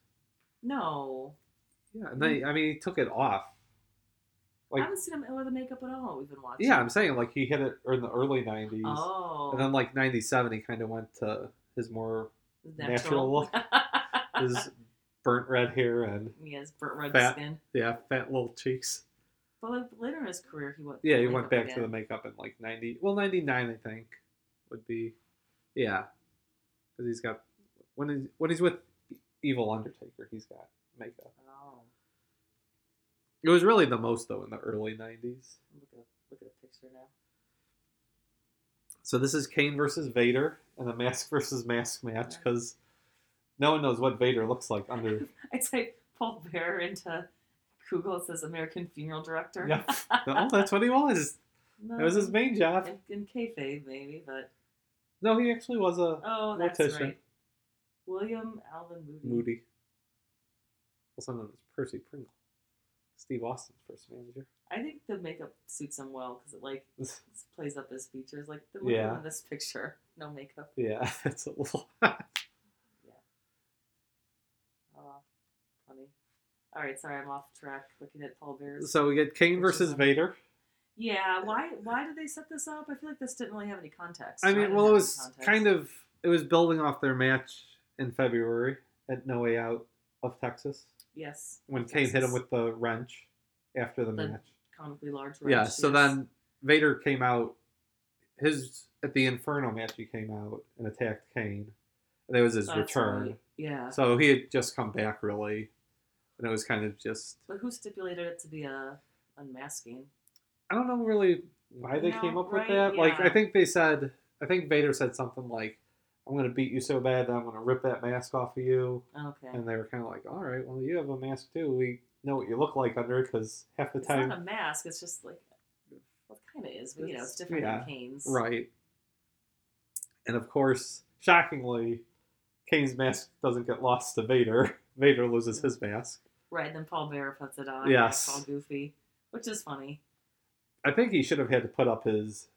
Speaker 5: No,
Speaker 4: Yeah, and they, I mean, he took it off.
Speaker 5: I
Speaker 4: Like,
Speaker 5: haven't seen him wear the makeup at all. We've been watching.
Speaker 4: yeah, I'm saying like he hit it in the early '90s,
Speaker 5: Oh.
Speaker 4: and then like '97, he kind of went to his more natural look. his burnt red hair and
Speaker 5: he has burnt red
Speaker 4: Fat.
Speaker 5: skin.
Speaker 4: yeah, fat little cheeks.
Speaker 5: But like, later in his career, he went.
Speaker 4: Yeah, he
Speaker 5: for
Speaker 4: went
Speaker 5: makeup
Speaker 4: back to the
Speaker 5: again.
Speaker 4: makeup in like ninety, well ninety nine, I think, would be, yeah, because he's got when he's when he's with Evil Undertaker, he's got makeup.
Speaker 5: Oh,
Speaker 4: It was really the most though in the early nineties.
Speaker 5: look at look at the picture now.
Speaker 4: So this is Kane versus Vader in a mask versus mask match because no one knows what Vader looks like under.
Speaker 5: I type Paul Bear into Google. It says American funeral director.
Speaker 4: yeah, no, that's what he was.
Speaker 5: no.
Speaker 4: That was his main job.
Speaker 5: in, in kayfabe maybe, but
Speaker 4: No, he actually was a
Speaker 5: oh, that's
Speaker 4: Morticia.
Speaker 5: right. William Alvin Moody.
Speaker 4: Moody. Also known as Percy Pringle. Steve Austin's first manager.
Speaker 5: I think the makeup suits him well because it like s- plays up his features. Like the
Speaker 4: Yeah.
Speaker 5: one in this picture, no makeup.
Speaker 4: yeah, that's a lot.
Speaker 5: Oh, funny. All right, sorry, I'm off track looking at Paul Bear's.
Speaker 4: so we get Kane
Speaker 5: Which is
Speaker 4: versus
Speaker 5: a-
Speaker 4: Vader.
Speaker 5: yeah, why why did they set this up? I feel like this didn't really have any context.
Speaker 4: I
Speaker 5: Why
Speaker 4: mean,
Speaker 5: didn't
Speaker 4: well,
Speaker 5: have
Speaker 4: it
Speaker 5: any
Speaker 4: was
Speaker 5: context?
Speaker 4: kind of it was building off their match in February at No Way Out of Texas
Speaker 5: yes,
Speaker 4: when Kane hit him
Speaker 5: Texas.
Speaker 4: with the wrench after the,
Speaker 5: The
Speaker 4: match.
Speaker 5: comically large.
Speaker 4: yeah.
Speaker 5: wrench,
Speaker 4: So
Speaker 5: yes.
Speaker 4: then Vader came out. His at the Inferno match, he came out and attacked Kane. And that was his
Speaker 5: That's
Speaker 4: return.
Speaker 5: right, Yeah,
Speaker 4: So he had just come back, really, and it was kind of just
Speaker 5: but who stipulated it to be a unmasking?
Speaker 4: I don't know really why they
Speaker 5: No,
Speaker 4: came up
Speaker 5: right,
Speaker 4: with that. Like I
Speaker 5: yeah.
Speaker 4: think they said, I think Vader said something like, "I'm gonna beat you so bad that I'm gonna rip that mask off of you,"
Speaker 5: Okay.
Speaker 4: and they were kind of like, "All right, well you have a mask too. We know what you look like under because half the
Speaker 5: it's
Speaker 4: time,
Speaker 5: not a mask. It's just like, well, it kind of is, but you know,
Speaker 4: It's-
Speaker 5: it's different
Speaker 4: yeah,
Speaker 5: than Kane's.
Speaker 4: right?" And of course, shockingly, Kane's mask doesn't get lost to Vader. Vader loses his mask.
Speaker 5: Right. Then Paul Bearer puts it on.
Speaker 4: Yes.
Speaker 5: Yes. All goofy, which is funny.
Speaker 4: I think he should have had to put up his.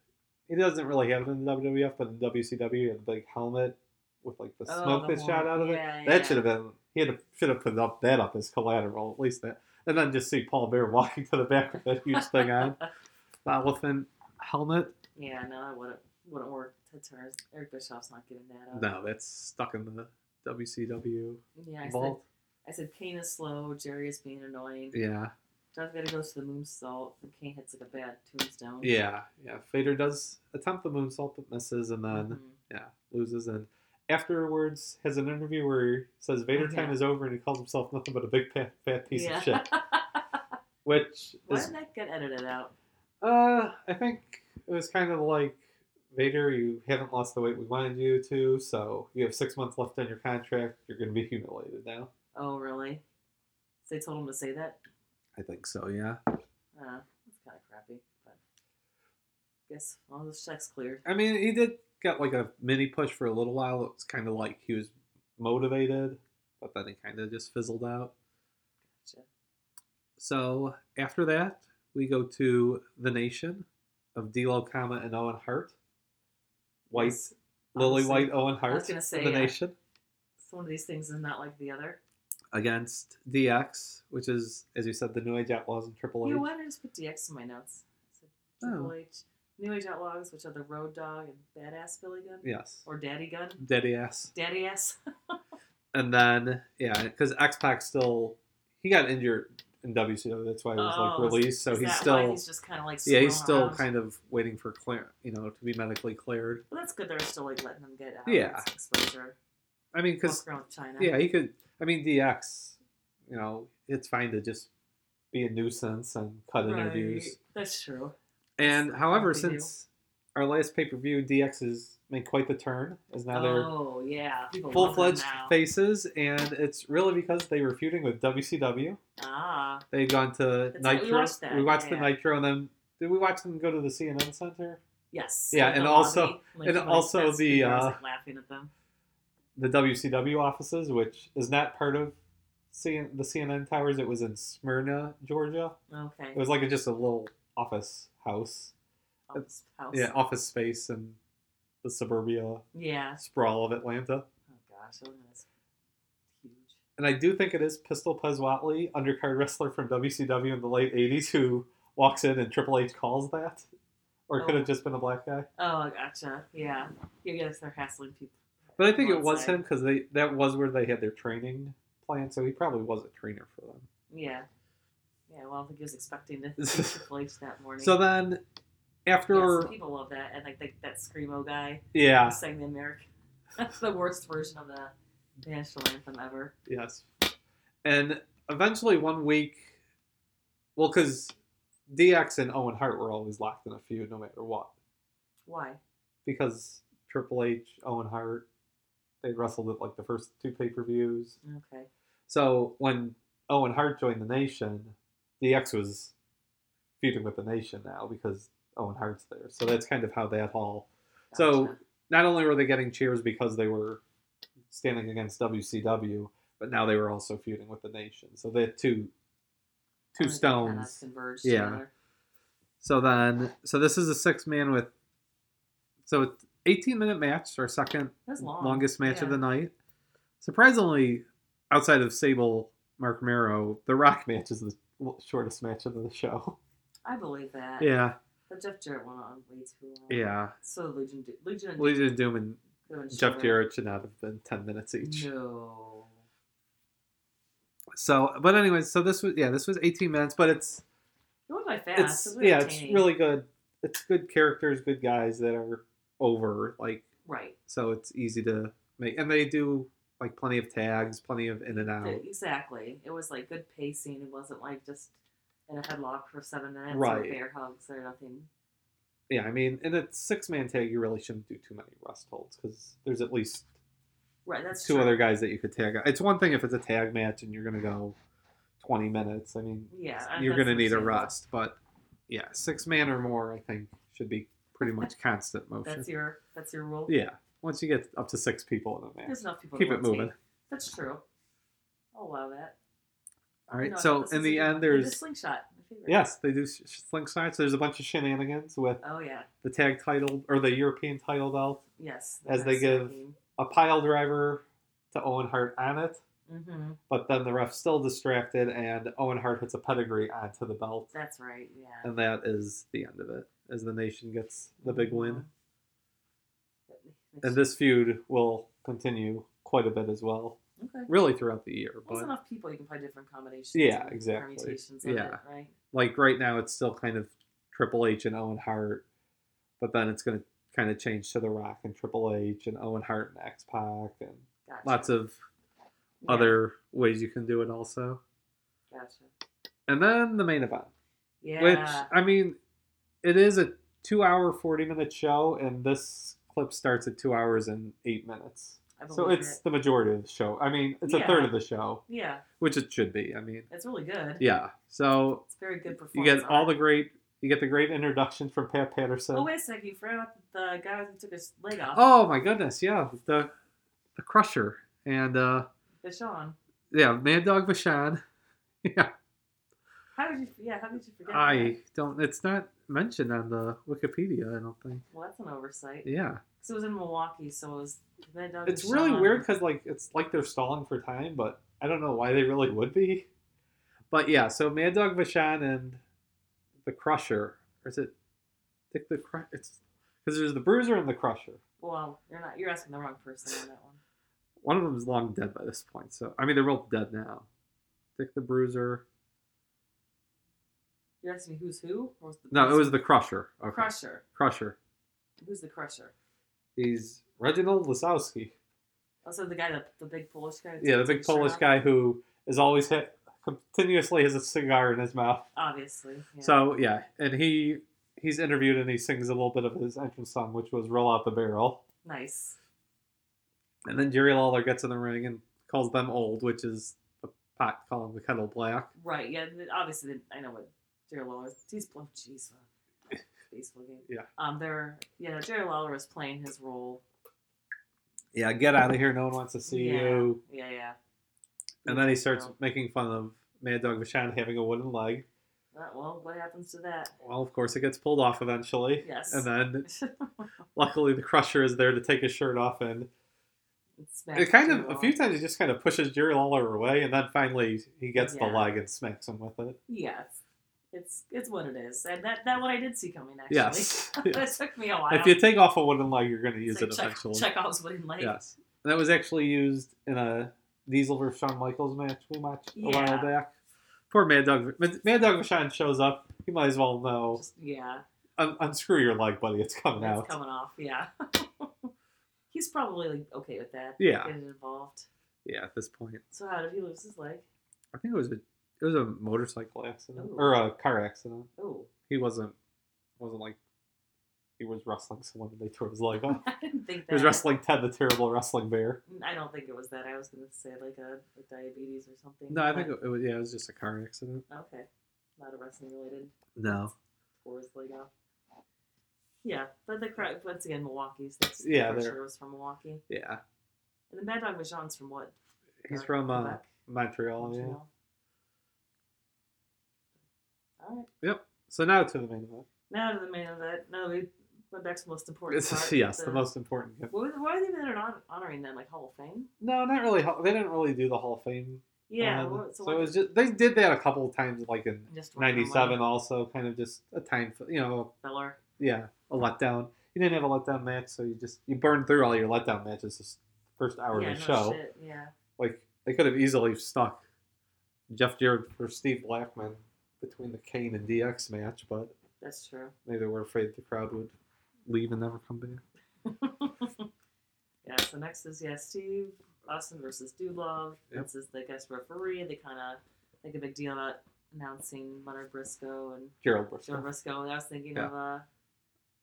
Speaker 4: He doesn't really have it in the WWF, but in WCW, he had the big helmet with like the
Speaker 5: Oh,
Speaker 4: smoke
Speaker 5: the
Speaker 4: that shot
Speaker 5: horn.
Speaker 4: out of it.
Speaker 5: Yeah, yeah.
Speaker 4: That should have been he had should have put up that up as collateral at least that, and then just see Paul Bear walking to the back with that huge thing on, the elephant helmet.
Speaker 5: Yeah, no, that wouldn't wouldn't work. Ted Turner's Eric Bischoff's not giving that up.
Speaker 4: No, that's stuck in the WCW
Speaker 5: Yeah, I said,
Speaker 4: vault.
Speaker 5: I said Kane is slow. Jerry is being annoying.
Speaker 4: Yeah,
Speaker 5: John Vader goes to the moonsault, and Kane hits like a bad tombstone.
Speaker 4: yeah, yeah. Fader does attempt the moonsault but misses, and then.
Speaker 5: Mhm.
Speaker 4: yeah, loses and afterwards has an interview where he says Vader
Speaker 5: Okay.
Speaker 4: time is over and he calls himself nothing but a big fat, fat piece
Speaker 5: Yeah.
Speaker 4: of shit. Which
Speaker 5: Why
Speaker 4: is
Speaker 5: did that get edited out?
Speaker 4: uh I think it was kind of like Vader, you haven't lost the weight we wanted you to, so you have six months left on your contract, you're gonna be humiliated now.
Speaker 5: Oh, really? So they told him to say that.
Speaker 4: I think so, yeah.
Speaker 5: Uh, that's kind of crappy, but guess all the checks cleared.
Speaker 4: I mean he did get like a mini push for a little while. It was kinda like he was motivated, but then he kinda just fizzled out.
Speaker 5: Gotcha.
Speaker 4: So after that, we go to the nation of D'Lo, comma and Owen Hart. White,
Speaker 5: Yes.
Speaker 4: Lily
Speaker 5: Obviously.
Speaker 4: White, Owen Hart.
Speaker 5: gonna say,
Speaker 4: the
Speaker 5: yeah.
Speaker 4: nation
Speaker 5: So one of these things is not like the other.
Speaker 4: against DX, which is as you said, the New Age Outlaws and Triple H.
Speaker 5: You know what? I just put DX in my notes. I said Triple
Speaker 4: Oh.
Speaker 5: H, New Age Outlaws, which are the Road Dog and Badass Billy Gun
Speaker 4: Yes,
Speaker 5: or Daddy Gun,
Speaker 4: Daddy ass.
Speaker 5: Daddy Ass.
Speaker 4: And then yeah, because X Pac still he got injured in WCW. That's why he was
Speaker 5: Oh,
Speaker 4: like released. So
Speaker 5: Is
Speaker 4: he's
Speaker 5: that
Speaker 4: still
Speaker 5: why he's just kind of like
Speaker 4: yeah he's
Speaker 5: swirling
Speaker 4: still
Speaker 5: around?
Speaker 4: kind of waiting for clear you know to be medically cleared.
Speaker 5: But that's good. They're still like letting them get out.
Speaker 4: Yeah.
Speaker 5: It's exposure.
Speaker 4: I mean because
Speaker 5: Walk around with China.
Speaker 4: Yeah, he could. I mean, DX, you know, it's fine to just be a nuisance and cut
Speaker 5: Right.
Speaker 4: interviews.
Speaker 5: That's true.
Speaker 4: And
Speaker 5: That's
Speaker 4: however,
Speaker 5: what they do.
Speaker 4: since our last pay per view, DX has made quite the turn, as now
Speaker 5: oh yeah.
Speaker 4: they're
Speaker 5: People
Speaker 4: full
Speaker 5: love them
Speaker 4: fledged
Speaker 5: now.
Speaker 4: faces, and it's really because they were feuding with WCW.
Speaker 5: Ah,
Speaker 4: They had gone to
Speaker 5: That's right,
Speaker 4: Nitro.
Speaker 5: we watched that,
Speaker 4: watched
Speaker 5: yeah.
Speaker 4: the Nitro, and then did we watch them go to the CNN Center?
Speaker 5: yes.
Speaker 4: Yeah,
Speaker 5: Like
Speaker 4: and
Speaker 5: the
Speaker 4: also-
Speaker 5: lobby, like,
Speaker 4: and
Speaker 5: like,
Speaker 4: also
Speaker 5: that's
Speaker 4: the,
Speaker 5: people, I was,
Speaker 4: uh,
Speaker 5: like, laughing at them.
Speaker 4: The WCW offices, which is not part of CN- the CNN towers. It was in Smyrna, Georgia.
Speaker 5: Okay.
Speaker 4: It was like a, just a little office house.
Speaker 5: Office house.
Speaker 4: Yeah, office space and the suburbia
Speaker 5: Yeah.
Speaker 4: sprawl of Atlanta.
Speaker 5: Oh gosh, that was huge.
Speaker 4: And I do think it is Pistol Pez Watley, undercard wrestler from WCW in the late 80s, who walks in and Triple H calls that. Or it could
Speaker 5: Oh.
Speaker 4: have just been a black guy.
Speaker 5: Oh, gotcha. Yeah. You guys are hassling people.
Speaker 4: But I think it
Speaker 5: One
Speaker 4: was
Speaker 5: side.
Speaker 4: him because they that was where they had their training plan, so he probably was a trainer for them.
Speaker 5: Yeah. Yeah. Well, I don't think he was expecting to see Triple H that morning.
Speaker 4: So then,
Speaker 5: yeah,
Speaker 4: after
Speaker 5: so people love that, and like that, that screamo guy
Speaker 4: yeah,
Speaker 5: who sang the American, the worst version of the national anthem ever.
Speaker 4: Yes. And eventually one week, well, because DX and Owen Hart were always locked in a feud no matter what.
Speaker 5: Why?
Speaker 4: Because Triple H, Owen Hart, they wrestled at like the first two pay per views.
Speaker 5: Okay.
Speaker 4: So when Owen Hart joined the nation, DX was feuding with the nation now because Owen Hart's there. So that's kind of how that all. So
Speaker 5: Gotcha.
Speaker 4: not only were they getting cheers because they were standing against WCW, but now they were also feuding with the nation. So they had two
Speaker 5: Oh, I
Speaker 4: two
Speaker 5: think they kinda
Speaker 4: stones.
Speaker 5: converged
Speaker 4: Yeah.
Speaker 5: together.
Speaker 4: So then so this is a six man with so it's eighteen minute match, our second
Speaker 5: That's long.
Speaker 4: longest match of
Speaker 5: Yeah.
Speaker 4: the night. Surprisingly, outside of Sable Mark Mero, the Rock match is the shortest match of the show.
Speaker 5: I believe that.
Speaker 4: Yeah.
Speaker 5: But Jeff Jarrett went on way too long.
Speaker 4: Yeah.
Speaker 5: So Legion, Legion, and
Speaker 4: Legion of Doom and
Speaker 5: could've been
Speaker 4: Jeff
Speaker 5: shorter.
Speaker 4: Jarrett should not have been ten minutes each.
Speaker 5: No.
Speaker 4: So, but anyway, so this was yeah, this was 18 minutes, but it's
Speaker 5: It went by fast.
Speaker 4: it's
Speaker 5: it was
Speaker 4: yeah, it's
Speaker 5: entertaining.
Speaker 4: really good. It's good characters, good guys that are over like
Speaker 5: right.
Speaker 4: so it's easy to make, and they do like plenty of tags, plenty of in and out.
Speaker 5: Exactly. It was like good pacing. It wasn't like just in a headlock for seven minutes
Speaker 4: Right.
Speaker 5: or bear hugs or nothing.
Speaker 4: Yeah, I mean, in a six man tag, you really shouldn't do too many rest holds because there's at least
Speaker 5: Right. That's
Speaker 4: two
Speaker 5: true.
Speaker 4: other guys that you could tag. It's one thing if it's a tag match and you're gonna go 20 minutes. I mean,
Speaker 5: Yeah, I-
Speaker 4: you're
Speaker 5: that's
Speaker 4: gonna need a
Speaker 5: understandable.
Speaker 4: rest, but yeah, six man or more, I think, should be pretty much constant motion.
Speaker 5: That's your that's your rule.
Speaker 4: Yeah. Once you get up to six people in a match,
Speaker 5: There's enough people. to
Speaker 4: keep it
Speaker 5: rotate.
Speaker 4: moving.
Speaker 5: That's true. I'll allow that.
Speaker 4: All
Speaker 5: No,
Speaker 4: right.
Speaker 5: I
Speaker 4: So
Speaker 5: thought this
Speaker 4: in
Speaker 5: was
Speaker 4: the
Speaker 5: a-
Speaker 4: end,
Speaker 5: they did
Speaker 4: there's
Speaker 5: slingshot. My favorite.
Speaker 4: yes, they do sh- sh- slingshots. There's a bunch of shenanigans with
Speaker 5: Oh yeah.
Speaker 4: the tag title or the European title belt
Speaker 5: Yes.
Speaker 4: As they
Speaker 5: basketball
Speaker 4: give-
Speaker 5: game.
Speaker 4: a pile driver to Owen Hart on it,
Speaker 5: Mm-hmm.
Speaker 4: but then the ref still distracted, and Owen Hart hits a pedigree onto the belt,
Speaker 5: That's right. Yeah.
Speaker 4: and that is the end of it. As the nation gets the big win, and this feud will continue quite a bit as well,
Speaker 5: okay.
Speaker 4: really throughout the year.
Speaker 5: Well,
Speaker 4: But
Speaker 5: it's enough people you can play different combinations.
Speaker 4: Yeah,
Speaker 5: and
Speaker 4: exactly.
Speaker 5: Permutations of
Speaker 4: Yeah.
Speaker 5: it, right?
Speaker 4: like right now it's still kind of Triple H and Owen Hart, but then it's going to kind of change to The Rock and Triple H and Owen Hart and X Pac and
Speaker 5: Gotcha.
Speaker 4: lots of
Speaker 5: Yeah,
Speaker 4: other ways you can do it also.
Speaker 5: Gotcha.
Speaker 4: And then the main event,
Speaker 5: Yeah.
Speaker 4: which I mean, it is a two hour, 40 minute show, and this clip starts at two hours and eight minutes.
Speaker 5: I believe
Speaker 4: So it's
Speaker 5: it.
Speaker 4: the majority of the show. I mean, it's a
Speaker 5: Yeah.
Speaker 4: third of the show,
Speaker 5: yeah.
Speaker 4: which it should be. I mean,
Speaker 5: It's really good.
Speaker 4: yeah. So
Speaker 5: It's very good performance.
Speaker 4: you get all the
Speaker 5: art.
Speaker 4: great, you get the great introduction from Pat Patterson.
Speaker 5: Oh wait a second! You forgot about the guy who took his leg off.
Speaker 4: Oh my goodness, yeah, the the Crusher and uh
Speaker 5: The Sean.
Speaker 4: yeah, Mad Dog Vachon. Yeah,
Speaker 5: How did you? Yeah, how did you forget?
Speaker 4: I
Speaker 5: that?
Speaker 4: don't. It's not mentioned on the Wikipedia. I don't think.
Speaker 5: Well, that's an oversight.
Speaker 4: Yeah,
Speaker 5: So it was in Milwaukee, so it was. Mad Dog
Speaker 4: it's
Speaker 5: and
Speaker 4: really
Speaker 5: Sean.
Speaker 4: weird because like it's like they're stalling for time, but I don't know why they really would be. But yeah, so Mad Dog Vachon and the Crusher, or is it? I think the Crusher. It's because there's the Bruiser and the Crusher.
Speaker 5: Well, you're not. You're asking the wrong person on that one.
Speaker 4: One of them is long dead by this point. So I mean, they're both dead now. Dick the Bruiser.
Speaker 5: You're asking me who's who? Or was the
Speaker 4: No, it was the Crusher. Okay.
Speaker 5: Crusher.
Speaker 4: Crusher.
Speaker 5: Who's the Crusher?
Speaker 4: He's Reginald Lasowski.
Speaker 5: Also, the guy, the, the big Polish guy. who
Speaker 4: Yeah, the
Speaker 5: took
Speaker 4: big
Speaker 5: his shirt
Speaker 4: Polish
Speaker 5: off?
Speaker 4: guy who is always hit continuously has a cigar in his mouth.
Speaker 5: Obviously. Yeah.
Speaker 4: So yeah, and he he's interviewed and he sings a little bit of his entrance song, which was "Roll Out the Barrel."
Speaker 5: nice.
Speaker 4: And then Jerry Lawler gets in the ring and calls them old, which is the pot calling the kettle black.
Speaker 5: Right. Yeah. th- Obviously, they- I know what Jerry Lawler. He's playing. Jeez, uh, baseball game.
Speaker 4: Yeah.
Speaker 5: Um. There. Yeah. Jerry Lawler is playing his role.
Speaker 4: Yeah, get out of here! No one wants to see
Speaker 5: yeah.
Speaker 4: you.
Speaker 5: Yeah. Yeah.
Speaker 4: E And then he starts making fun of Mad Dog Vachon having a wooden leg.
Speaker 5: Uh, well, what happens to that?
Speaker 4: Well, of course, it gets pulled off eventually.
Speaker 5: Yes.
Speaker 4: And then, luckily, the Crusher is there to take his shirt off and
Speaker 5: It's smacked
Speaker 4: It kind
Speaker 5: Jerry
Speaker 4: of a
Speaker 5: Lawler.
Speaker 4: few times he just kind of pushes Jerry Lawler away, and then finally he gets the
Speaker 5: Yeah.
Speaker 4: leg and smacks him with it.
Speaker 5: Yeah. It's, it's it's what it is, and that that one I did see coming actually.
Speaker 4: Yes.
Speaker 5: it took me a while.
Speaker 4: If you take off a wooden leg, you're going to use
Speaker 5: It's like
Speaker 4: it
Speaker 5: check,
Speaker 4: eventually.
Speaker 5: Check out wooden leg.
Speaker 4: Yes, and that was actually used in a Diesel versus Shawn Michaels match we watched a while
Speaker 5: Yeah.
Speaker 4: back. Poor Mad Dog. Mad Mad Dog Vachon shows up. He might as well know.
Speaker 5: Just- yeah.
Speaker 4: Un- unscrew your leg, buddy. It's coming
Speaker 5: That's
Speaker 4: out.
Speaker 5: coming off. Yeah. He's probably like, okay with that.
Speaker 4: Yeah.
Speaker 5: Get it involved.
Speaker 4: Yeah, at this point,
Speaker 5: So how did he lose his leg?
Speaker 4: I think it was a it was a motorcycle accident
Speaker 5: Ooh.
Speaker 4: or a car accident.
Speaker 5: Oh,
Speaker 4: He wasn't wasn't like he was wrestling someone and they tore his leg off.
Speaker 5: I didn't think that. Mm,
Speaker 4: He was wrestling Ted the Terrible Wrestling Bear.
Speaker 5: I don't think it was that. I was gonna say like a like diabetes or something.
Speaker 4: No, I
Speaker 5: but-
Speaker 4: think it was, yeah, it was just a car accident.
Speaker 5: okay, not a wrestling related.
Speaker 4: No.
Speaker 5: Tore his leg off. Yeah, but the crowd once again Milwaukee's. That's
Speaker 4: Yeah,
Speaker 5: for
Speaker 4: they're-
Speaker 5: sure was from Milwaukee,
Speaker 4: Yeah,
Speaker 5: and the Mad Dog Michonne's from what?
Speaker 4: he's
Speaker 5: Uh,
Speaker 4: from uh,
Speaker 5: Quebec,
Speaker 4: Montreal. Yeah.
Speaker 5: Montreal. All right,
Speaker 4: Yep. So now to the main event.
Speaker 5: now to the main event. No, we went back to the most important.
Speaker 4: It's,
Speaker 5: part,
Speaker 4: yes, the most important. gift.
Speaker 5: What was- Why are they even hon- honoring them like Hall of Fame?
Speaker 4: No, not really. Hall- They didn't really do the Hall of Fame.
Speaker 5: Yeah,
Speaker 4: um,
Speaker 5: what-
Speaker 4: so,
Speaker 5: what-
Speaker 4: it was just they did that a couple of times, like in
Speaker 5: just one on one
Speaker 4: '97. Also, kind of just a time, f- you know,
Speaker 5: filler.
Speaker 4: yeah, a letdown. You didn't have a letdown match, so you just you burned through all your letdown matches this first hour
Speaker 5: yeah,
Speaker 4: of
Speaker 5: no
Speaker 4: the show.
Speaker 5: Shit. Yeah.
Speaker 4: like they could have easily stuck Jeff Jarrett or Steve Blackman between the Kane and DX match, but
Speaker 5: That's true.
Speaker 4: maybe they were afraid the crowd would leave and never come back.
Speaker 5: Yeah, so next is yeah, Steve Austin versus Dudlov.
Speaker 4: Yep.
Speaker 5: This is the guest referee. They kind of make a big deal about announcing Leonard Briscoe and
Speaker 4: Gerald
Speaker 5: Joe
Speaker 4: Briscoe.
Speaker 5: Briscoe. And I was thinking of uh,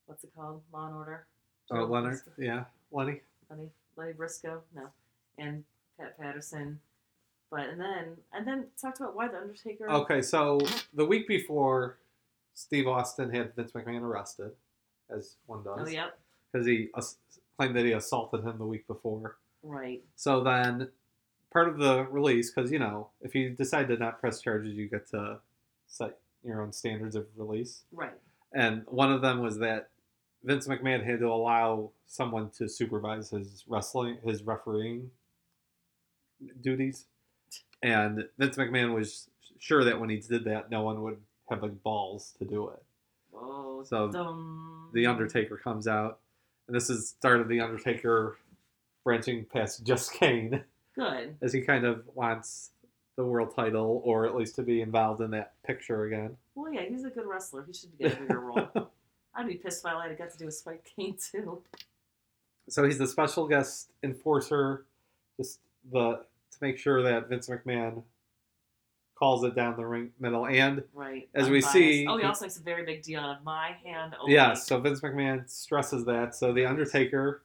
Speaker 5: what's it called? Law and Order.
Speaker 4: Uh,
Speaker 5: Gerald
Speaker 4: Leonard,
Speaker 5: Briscoe.
Speaker 4: yeah, Lenny.
Speaker 5: Lenny, Lenny Briscoe, no, and Pat Patterson. But and then and then talked about why the Undertaker.
Speaker 4: Okay, so the week before, Steve Austin had Vince McMahon arrested, as one
Speaker 5: Oh,
Speaker 4: does,
Speaker 5: yep.
Speaker 4: because he ass- claimed that he assaulted him the week before.
Speaker 5: Right.
Speaker 4: So then, part of the release, because you know, if you decide to not press charges, you get to set your own standards of release.
Speaker 5: Right.
Speaker 4: and one of them was that Vince McMahon had to allow someone to supervise his wrestling, his refereeing duties, and Vince McMahon was sure that when he did that, no one would have like balls to do it.
Speaker 5: Whoa.
Speaker 4: So,
Speaker 5: Oh, dum.
Speaker 4: The Undertaker comes out, and this is start of the Undertaker branching past just Kane
Speaker 5: Good.
Speaker 4: as he kind of wants the world title or at least to be involved in that picture again.
Speaker 5: Well, yeah, he's a good wrestler. He should get a bigger role. I'd be pissed if I had got to do a Spike Kane too.
Speaker 4: So he's the special guest enforcer, just the to make sure that Vince McMahon calls it down the ring middle. And
Speaker 5: Right.
Speaker 4: As we
Speaker 5: unbiased.
Speaker 4: see-
Speaker 5: Oh, he also makes a very big deal out of my hand. Only.
Speaker 4: yeah, so Vince McMahon stresses that. So the Undertaker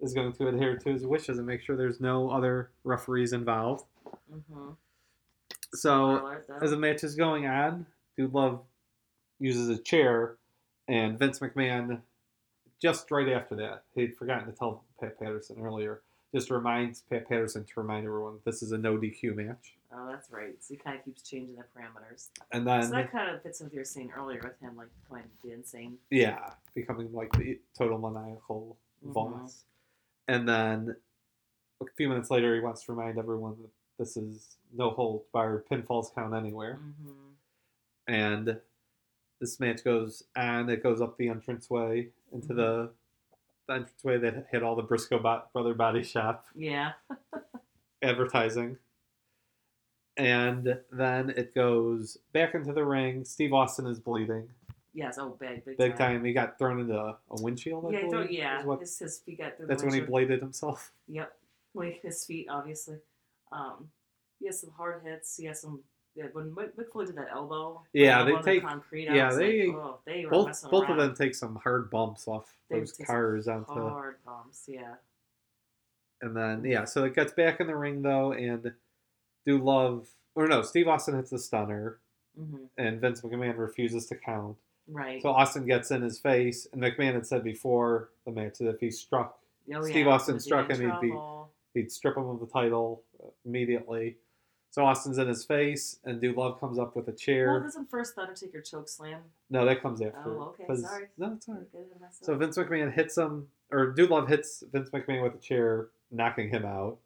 Speaker 4: is going to adhere to his wishes and make sure there's no other referees involved.
Speaker 5: Mm-hmm.
Speaker 4: So
Speaker 5: Alert, though.
Speaker 4: as the match is going on, Dude Love uses a chair, and Vince McMahon, just right after that, he'd forgotten to tell Pat Patterson earlier, just reminds Pat Patterson to remind everyone this is a no DQ match.
Speaker 5: Oh, that's right. So he kind of keeps changing the parameters.
Speaker 4: And then,
Speaker 5: so that kind of fits with your scene earlier with him, like going to be insane.
Speaker 4: yeah, becoming like the total maniacal
Speaker 5: Mm-hmm.
Speaker 4: boss. And then a few minutes later, he wants to remind everyone that this is no hold barred, pinfalls count anywhere.
Speaker 5: Mm-hmm.
Speaker 4: and this match goes and it goes up the entranceway into
Speaker 5: Mm-hmm.
Speaker 4: the the entranceway that had all the Briscoe Bo- Brother Body Shop
Speaker 5: Yeah.
Speaker 4: advertising. And then it goes back into the ring. Steve Austin is bleeding
Speaker 5: Yes. Oh, big, big,
Speaker 4: big time. He got thrown into a windshield. I
Speaker 5: Yeah. he
Speaker 4: believe,
Speaker 5: threw-
Speaker 4: is
Speaker 5: yeah.
Speaker 4: what-
Speaker 5: his, his feet got through the
Speaker 4: that's when he
Speaker 5: windshield.
Speaker 4: bladed himself.
Speaker 5: Yep. Well, his feet, obviously. Um, he has some hard hits. He has some. Yeah, when Mick Mick Foley did that elbow.
Speaker 4: Yeah,
Speaker 5: elbow
Speaker 4: they
Speaker 5: on the
Speaker 4: take-
Speaker 5: Concrete,
Speaker 4: yeah,
Speaker 5: I was
Speaker 4: they-
Speaker 5: Like, oh, they were
Speaker 4: Both
Speaker 5: messing
Speaker 4: both of
Speaker 5: around.
Speaker 4: them take some hard bumps off
Speaker 5: They
Speaker 4: those
Speaker 5: take some
Speaker 4: cars onto
Speaker 5: Hard bumps. Yeah.
Speaker 4: And then yeah, so it gets back in the ring though, and do love or no? Steve Austin hits the stunner,
Speaker 5: hmm
Speaker 4: and Vince McMahon refuses to count.
Speaker 5: Right.
Speaker 4: So Austin gets in his face, and McMahon had said before the match that if he struck,
Speaker 5: Oh,
Speaker 4: Steve
Speaker 5: yeah,
Speaker 4: Austin
Speaker 5: was he
Speaker 4: struck
Speaker 5: in
Speaker 4: him, he'd be-
Speaker 5: trouble?
Speaker 4: he'd strip him of the title immediately. So Austin's in his face, and Dude Love comes up with a
Speaker 5: Well,
Speaker 4: chair.
Speaker 5: doesn't first the Undertaker choke slam?
Speaker 4: no, that comes after.
Speaker 5: Oh, okay,
Speaker 4: 'cause-
Speaker 5: sorry.
Speaker 4: No, it's all right.
Speaker 5: Get it messed
Speaker 4: So
Speaker 5: up?
Speaker 4: Vince McMahon hits him, or Dude Love hits Vince McMahon with a chair, knocking him out.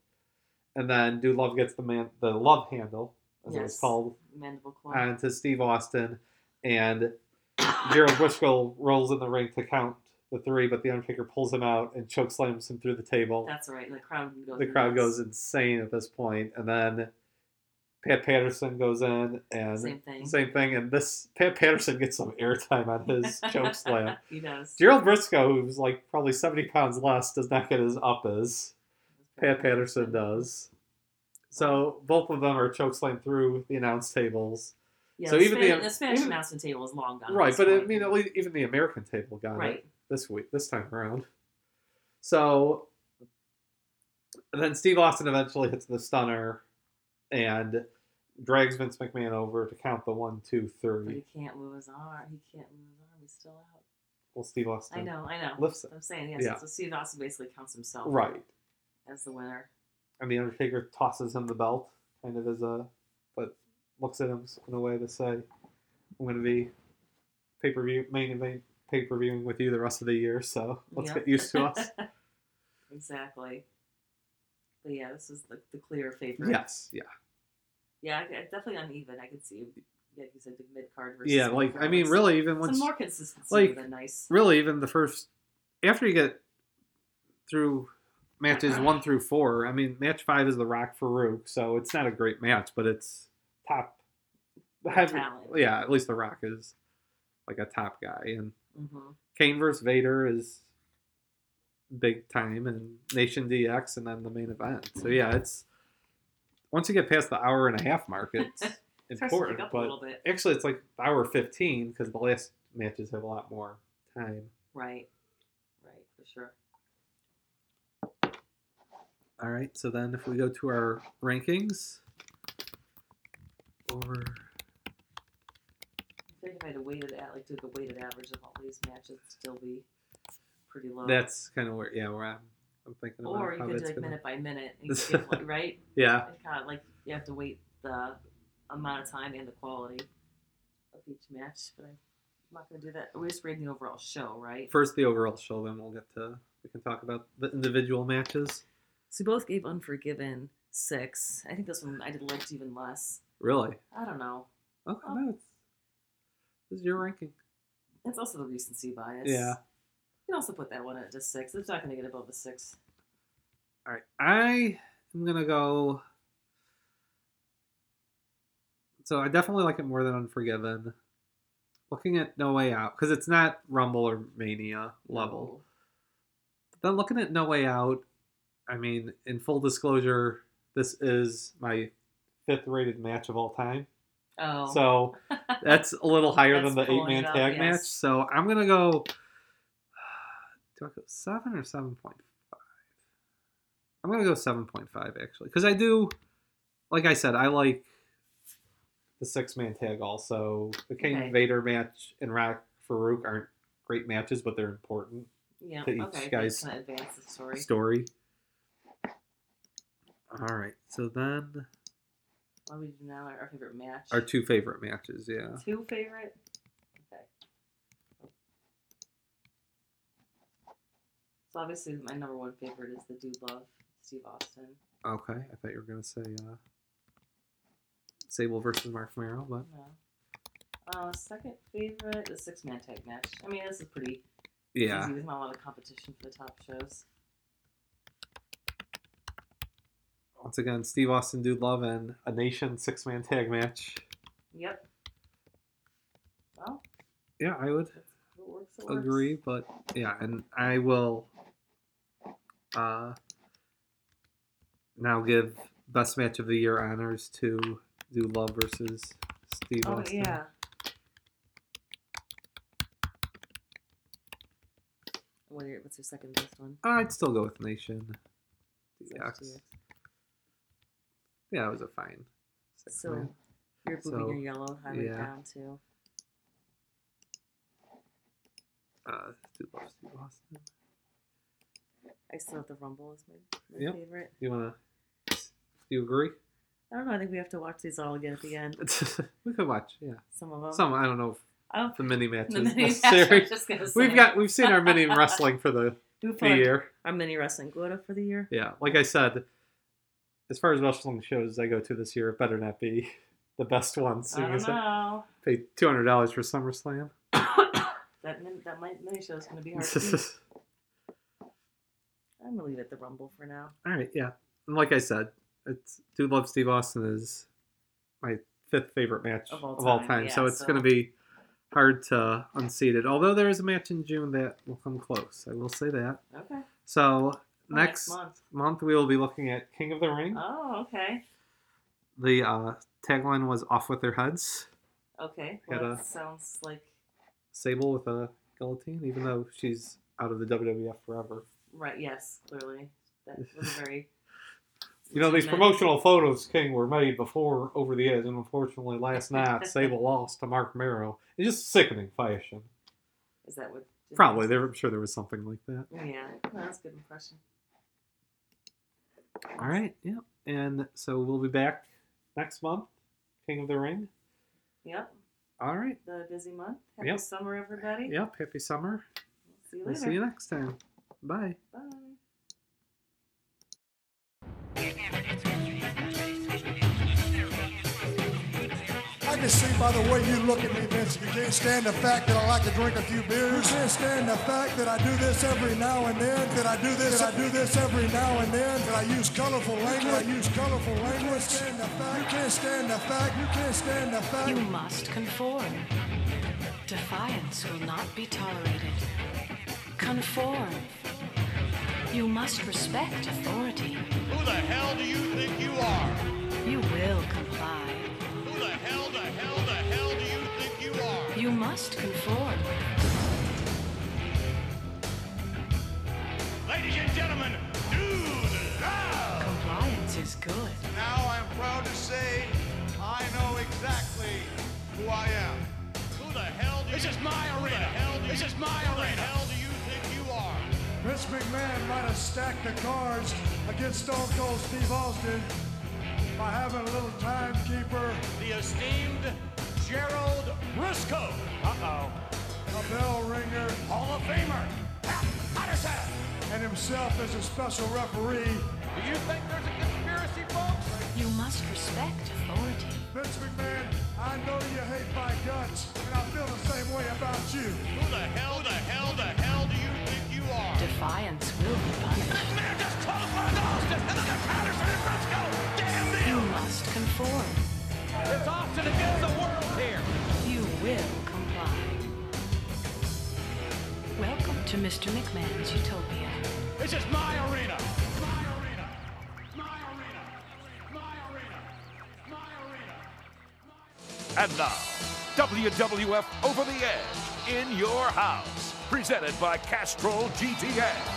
Speaker 4: And then Dude Love gets the man, the love handle, as it was
Speaker 5: Yes.
Speaker 4: called,
Speaker 5: mandible claw.
Speaker 4: onto Steve Austin, and Gerald Briscoe rolls in the ring to count the three, but the Undertaker pulls him out and choke slams him through the table.
Speaker 5: That's right. and The crowd goes.
Speaker 4: the crowd
Speaker 5: nuts.
Speaker 4: goes insane at this point, and then Pat Patterson goes in and
Speaker 5: Same thing.
Speaker 4: same thing, and this Pat Patterson gets some airtime on his choke slam.
Speaker 5: he does.
Speaker 4: Gerald Briscoe, who's like probably seventy pounds less, does not get as up as Pat Patterson does. So both of them are chokeslammed through the announce tables.
Speaker 5: Yeah,
Speaker 4: So
Speaker 5: the
Speaker 4: even the- uh,
Speaker 5: Spanish, the, Spanish
Speaker 4: even-
Speaker 5: announcement table is long gone. at
Speaker 4: Right,
Speaker 5: this
Speaker 4: but I
Speaker 5: point.
Speaker 4: mean, at least even the American table got
Speaker 5: right.
Speaker 4: it this week, this time around. So and then Steve Austin eventually hits the stunner and drags Vince McMahon over to count the one, two,
Speaker 5: But
Speaker 4: three.
Speaker 5: he can't move his arm. He can't move his arm. He's still out.
Speaker 4: Well, Steve Austin
Speaker 5: I know. I know.
Speaker 4: lifts it.
Speaker 5: I'm saying yes.
Speaker 4: Yeah.
Speaker 5: So Steve Austin basically counts himself
Speaker 4: Right,
Speaker 5: as the winner.
Speaker 4: and the Undertaker tosses him the belt, kind of as a, but looks at him in a way to say, "I'm going to be pay per view main event pay per viewing with you the rest of the year, so let's
Speaker 5: Yeah.
Speaker 4: get used to us."
Speaker 5: Exactly. But yeah, this is the, the clear favorite.
Speaker 4: yes, yeah.
Speaker 5: Yeah, I- I- definitely uneven. I could see. Yeah, you said the mid card versus.
Speaker 4: Yeah, like I
Speaker 5: mid-card.
Speaker 4: mean, really, even
Speaker 5: Some
Speaker 4: once,
Speaker 5: more consistency
Speaker 4: like,
Speaker 5: than nice.
Speaker 4: really, even the first after you get through matches one through four. I mean, match five is the Rock Farouk, so it's not a great match, but it's top.
Speaker 5: Good talent.
Speaker 4: yeah, at least the Rock is like a top guy, and
Speaker 5: hmm
Speaker 4: Kane versus Vader is big time, and Nation DX, and then the main event. So yeah, it's once you get past the hour and a half mark, it's important.
Speaker 5: up a
Speaker 4: But
Speaker 5: little bit.
Speaker 4: actually, it's like hour fifteen because the last matches have a lot more time.
Speaker 5: Right. Right. For sure.
Speaker 4: All right, so then if we go to our rankings, over
Speaker 5: I think if I had a weighted at like do the weighted average of all these matches, it'd still be pretty low.
Speaker 4: that's kind of where yeah where I'm, I'm thinking about
Speaker 5: Uh, or you
Speaker 4: how
Speaker 5: could do
Speaker 4: that's
Speaker 5: like
Speaker 4: gonna
Speaker 5: minute by minute, and you could give, like, right?
Speaker 4: yeah
Speaker 5: It kind of like you have to wait the amount of time and the quality of each match. But I I'm not gonna do that. We're just reading the overall show, right?
Speaker 4: First, the overall show, then we'll get to we can talk about the individual matches.
Speaker 5: So we both gave Unforgiven six. I think this one I did liked even less.
Speaker 4: Really?
Speaker 5: I don't know.
Speaker 4: Okay,
Speaker 5: Uh,
Speaker 4: no, it's this is your ranking.
Speaker 5: It's also the recency bias.
Speaker 4: Yeah.
Speaker 5: You can also put that one at just six. It's not gonna get above a six.
Speaker 4: All right, I am gonna go. So I definitely like it more than Unforgiven. Looking at No Way Out because it's not Rumble or Mania level. then looking at No Way Out, I mean, in full disclosure, this is my fifth rated match of all time.
Speaker 5: Oh.
Speaker 4: So that's a little higher
Speaker 5: That's
Speaker 4: than the eight
Speaker 5: pulling
Speaker 4: man
Speaker 5: it up,
Speaker 4: tag match.
Speaker 5: yes.
Speaker 4: So I'm gonna go do I go seven or seven point five? I'm gonna go seven point five actually. Because I do like I said, I like the six man tag also. The Kane
Speaker 5: Okay.
Speaker 4: Vader match and Rock Farouk aren't great matches, but they're important.
Speaker 5: yeah.
Speaker 4: to each
Speaker 5: Okay.
Speaker 4: guy's
Speaker 5: Guys, kind of advance the story.
Speaker 4: story. All right, so then
Speaker 5: Why we do now our, our favorite match?
Speaker 4: our two favorite matches, yeah.
Speaker 5: two favorite. Okay. So obviously my number one favorite is the Dude Love Steve Austin.
Speaker 4: Okay, I thought you were gonna say uh, Sable versus Mark Merrill, but
Speaker 5: No. Uh, second favorite, the six man tag match. I mean, this is pretty
Speaker 4: yeah,
Speaker 5: easy. There's not a lot of competition for the top shows.
Speaker 4: once again, Steve Austin, Dude Love, and a Nation six man tag match.
Speaker 5: Yep. Well,
Speaker 4: Yeah, I would
Speaker 5: if it works, it works.
Speaker 4: agree, but yeah, and I will uh, now give best match of the year honors to Dude Love versus Steve
Speaker 5: Oh,
Speaker 4: Austin.
Speaker 5: yeah. What are your- What's your second best one?
Speaker 4: I'd still go with Nation. DX.
Speaker 5: Yes.
Speaker 4: Yeah, it was a fine. six
Speaker 5: So
Speaker 4: man.
Speaker 5: you're moving
Speaker 4: So,
Speaker 5: your yellow highway
Speaker 4: yeah.
Speaker 5: down to
Speaker 4: uh, Steve Austin. Steve Austin.
Speaker 5: I still have the rumble as my, my
Speaker 4: Yep.
Speaker 5: favorite.
Speaker 4: Do you wanna? Do you agree?
Speaker 5: I don't know. I think we have to watch these all again at the end.
Speaker 4: we could watch. Yeah,
Speaker 5: Some of them.
Speaker 4: some. I don't know if
Speaker 5: I don't
Speaker 4: the mini matches
Speaker 5: the mini
Speaker 4: necessary.
Speaker 5: just gonna say.
Speaker 4: We've got. We've seen our mini wrestling for the,
Speaker 5: we
Speaker 4: the
Speaker 5: put
Speaker 4: year.
Speaker 5: our mini wrestling quota for the year.
Speaker 4: Yeah, like I said, as far as wrestling shows I go to this year, it better not be the best one. So
Speaker 5: I
Speaker 4: you
Speaker 5: don't
Speaker 4: said
Speaker 5: know.
Speaker 4: pay two hundred dollars for SummerSlam.
Speaker 5: That min- that mi- mini show is gonna be hard. to beat.
Speaker 4: All
Speaker 5: I'm gonna leave it the rumble for now.
Speaker 4: right. Yeah, and like I said, it's Dude Love Steve Austin is my fifth favorite match
Speaker 5: Of all time, yeah,
Speaker 4: so it's
Speaker 5: so-
Speaker 4: going to be hard to unseat it. Although there is a match in June that will come close. I will say that.
Speaker 5: Okay. Well,
Speaker 4: So
Speaker 5: Oh,
Speaker 4: next
Speaker 5: next month.
Speaker 4: month we will be looking at King of the Ring.
Speaker 5: Oh, okay.
Speaker 4: The uh, tagline was "Off with their heads."
Speaker 5: Okay.
Speaker 4: Had
Speaker 5: Well,
Speaker 4: a-
Speaker 5: that sounds like
Speaker 4: Sable with a guillotine, even though she's out of the WWF forever.
Speaker 5: right. Yes, clearly that was a very.
Speaker 4: You know these
Speaker 5: legitimate-
Speaker 4: promotional photos, King, were made before Over the Edge, and unfortunately last night Sable lost to Mark Merrow in just sickening fashion.
Speaker 5: Is that what?
Speaker 4: Probably there. I'm sure there was something like that.
Speaker 5: Yeah, no, that's a good impression.
Speaker 4: All right. Yep. And so we'll be back next month, King of the Ring.
Speaker 5: Yep,
Speaker 4: All right.
Speaker 5: the busy month. Happy
Speaker 4: Yep.
Speaker 5: summer, everybody.
Speaker 4: Yep. Happy summer.
Speaker 5: See you
Speaker 4: We'll
Speaker 5: later.
Speaker 4: see you next time. Bye.
Speaker 5: Bye.
Speaker 6: I can see by the way you look at me, Vince, you can't stand the fact that I like to drink a few beers. You can't stand the fact that I do this every now and then. That I do this, that I do this every now and then. That I use colorful language. I use colorful language. You can't stand the fact. You can't stand the fact. You can't stand the fact.
Speaker 7: You must conform. Defiance will not be tolerated. Conform. You must respect authority.
Speaker 8: Who the hell do you think you are?
Speaker 7: You will comply.
Speaker 8: Who the hell, the hell, the hell do you think you are?
Speaker 7: You must conform.
Speaker 8: Ladies and gentlemen, dude, love!
Speaker 7: Compliance is good.
Speaker 8: Now I'm proud to say I know exactly who I am. Who the hell do this you This is my arena. this is my arena. Who the hell do you think you are?
Speaker 6: Vince McMahon might have stacked the cards against Stone Cold Steve Austin by having a little timekeeper.
Speaker 8: The esteemed Gerald Briscoe. Uh-oh.
Speaker 6: a bell ringer,
Speaker 8: Hall of Famer, Pat Patterson.
Speaker 6: and himself as a special referee.
Speaker 8: Do you think there's a conspiracy, folks?
Speaker 7: You must respect authority.
Speaker 6: Vince McMahon, I know you hate my guts, and I feel the same way about you.
Speaker 8: Who the hell, the hell, the hell do you think you are?
Speaker 7: Defiance will be punished.
Speaker 8: Man, just qualified Austin, and look at Patterson and Briscoe. Damn
Speaker 7: You
Speaker 8: them!
Speaker 7: must conform.
Speaker 2: It's Austin against the world here.
Speaker 7: You will comply. Welcome to Mr. McMahon's Utopia.
Speaker 8: This is my arena. My arena. My arena. My arena. My arena. And now, WWF Over the Edge in your house, presented by Castrol GTS.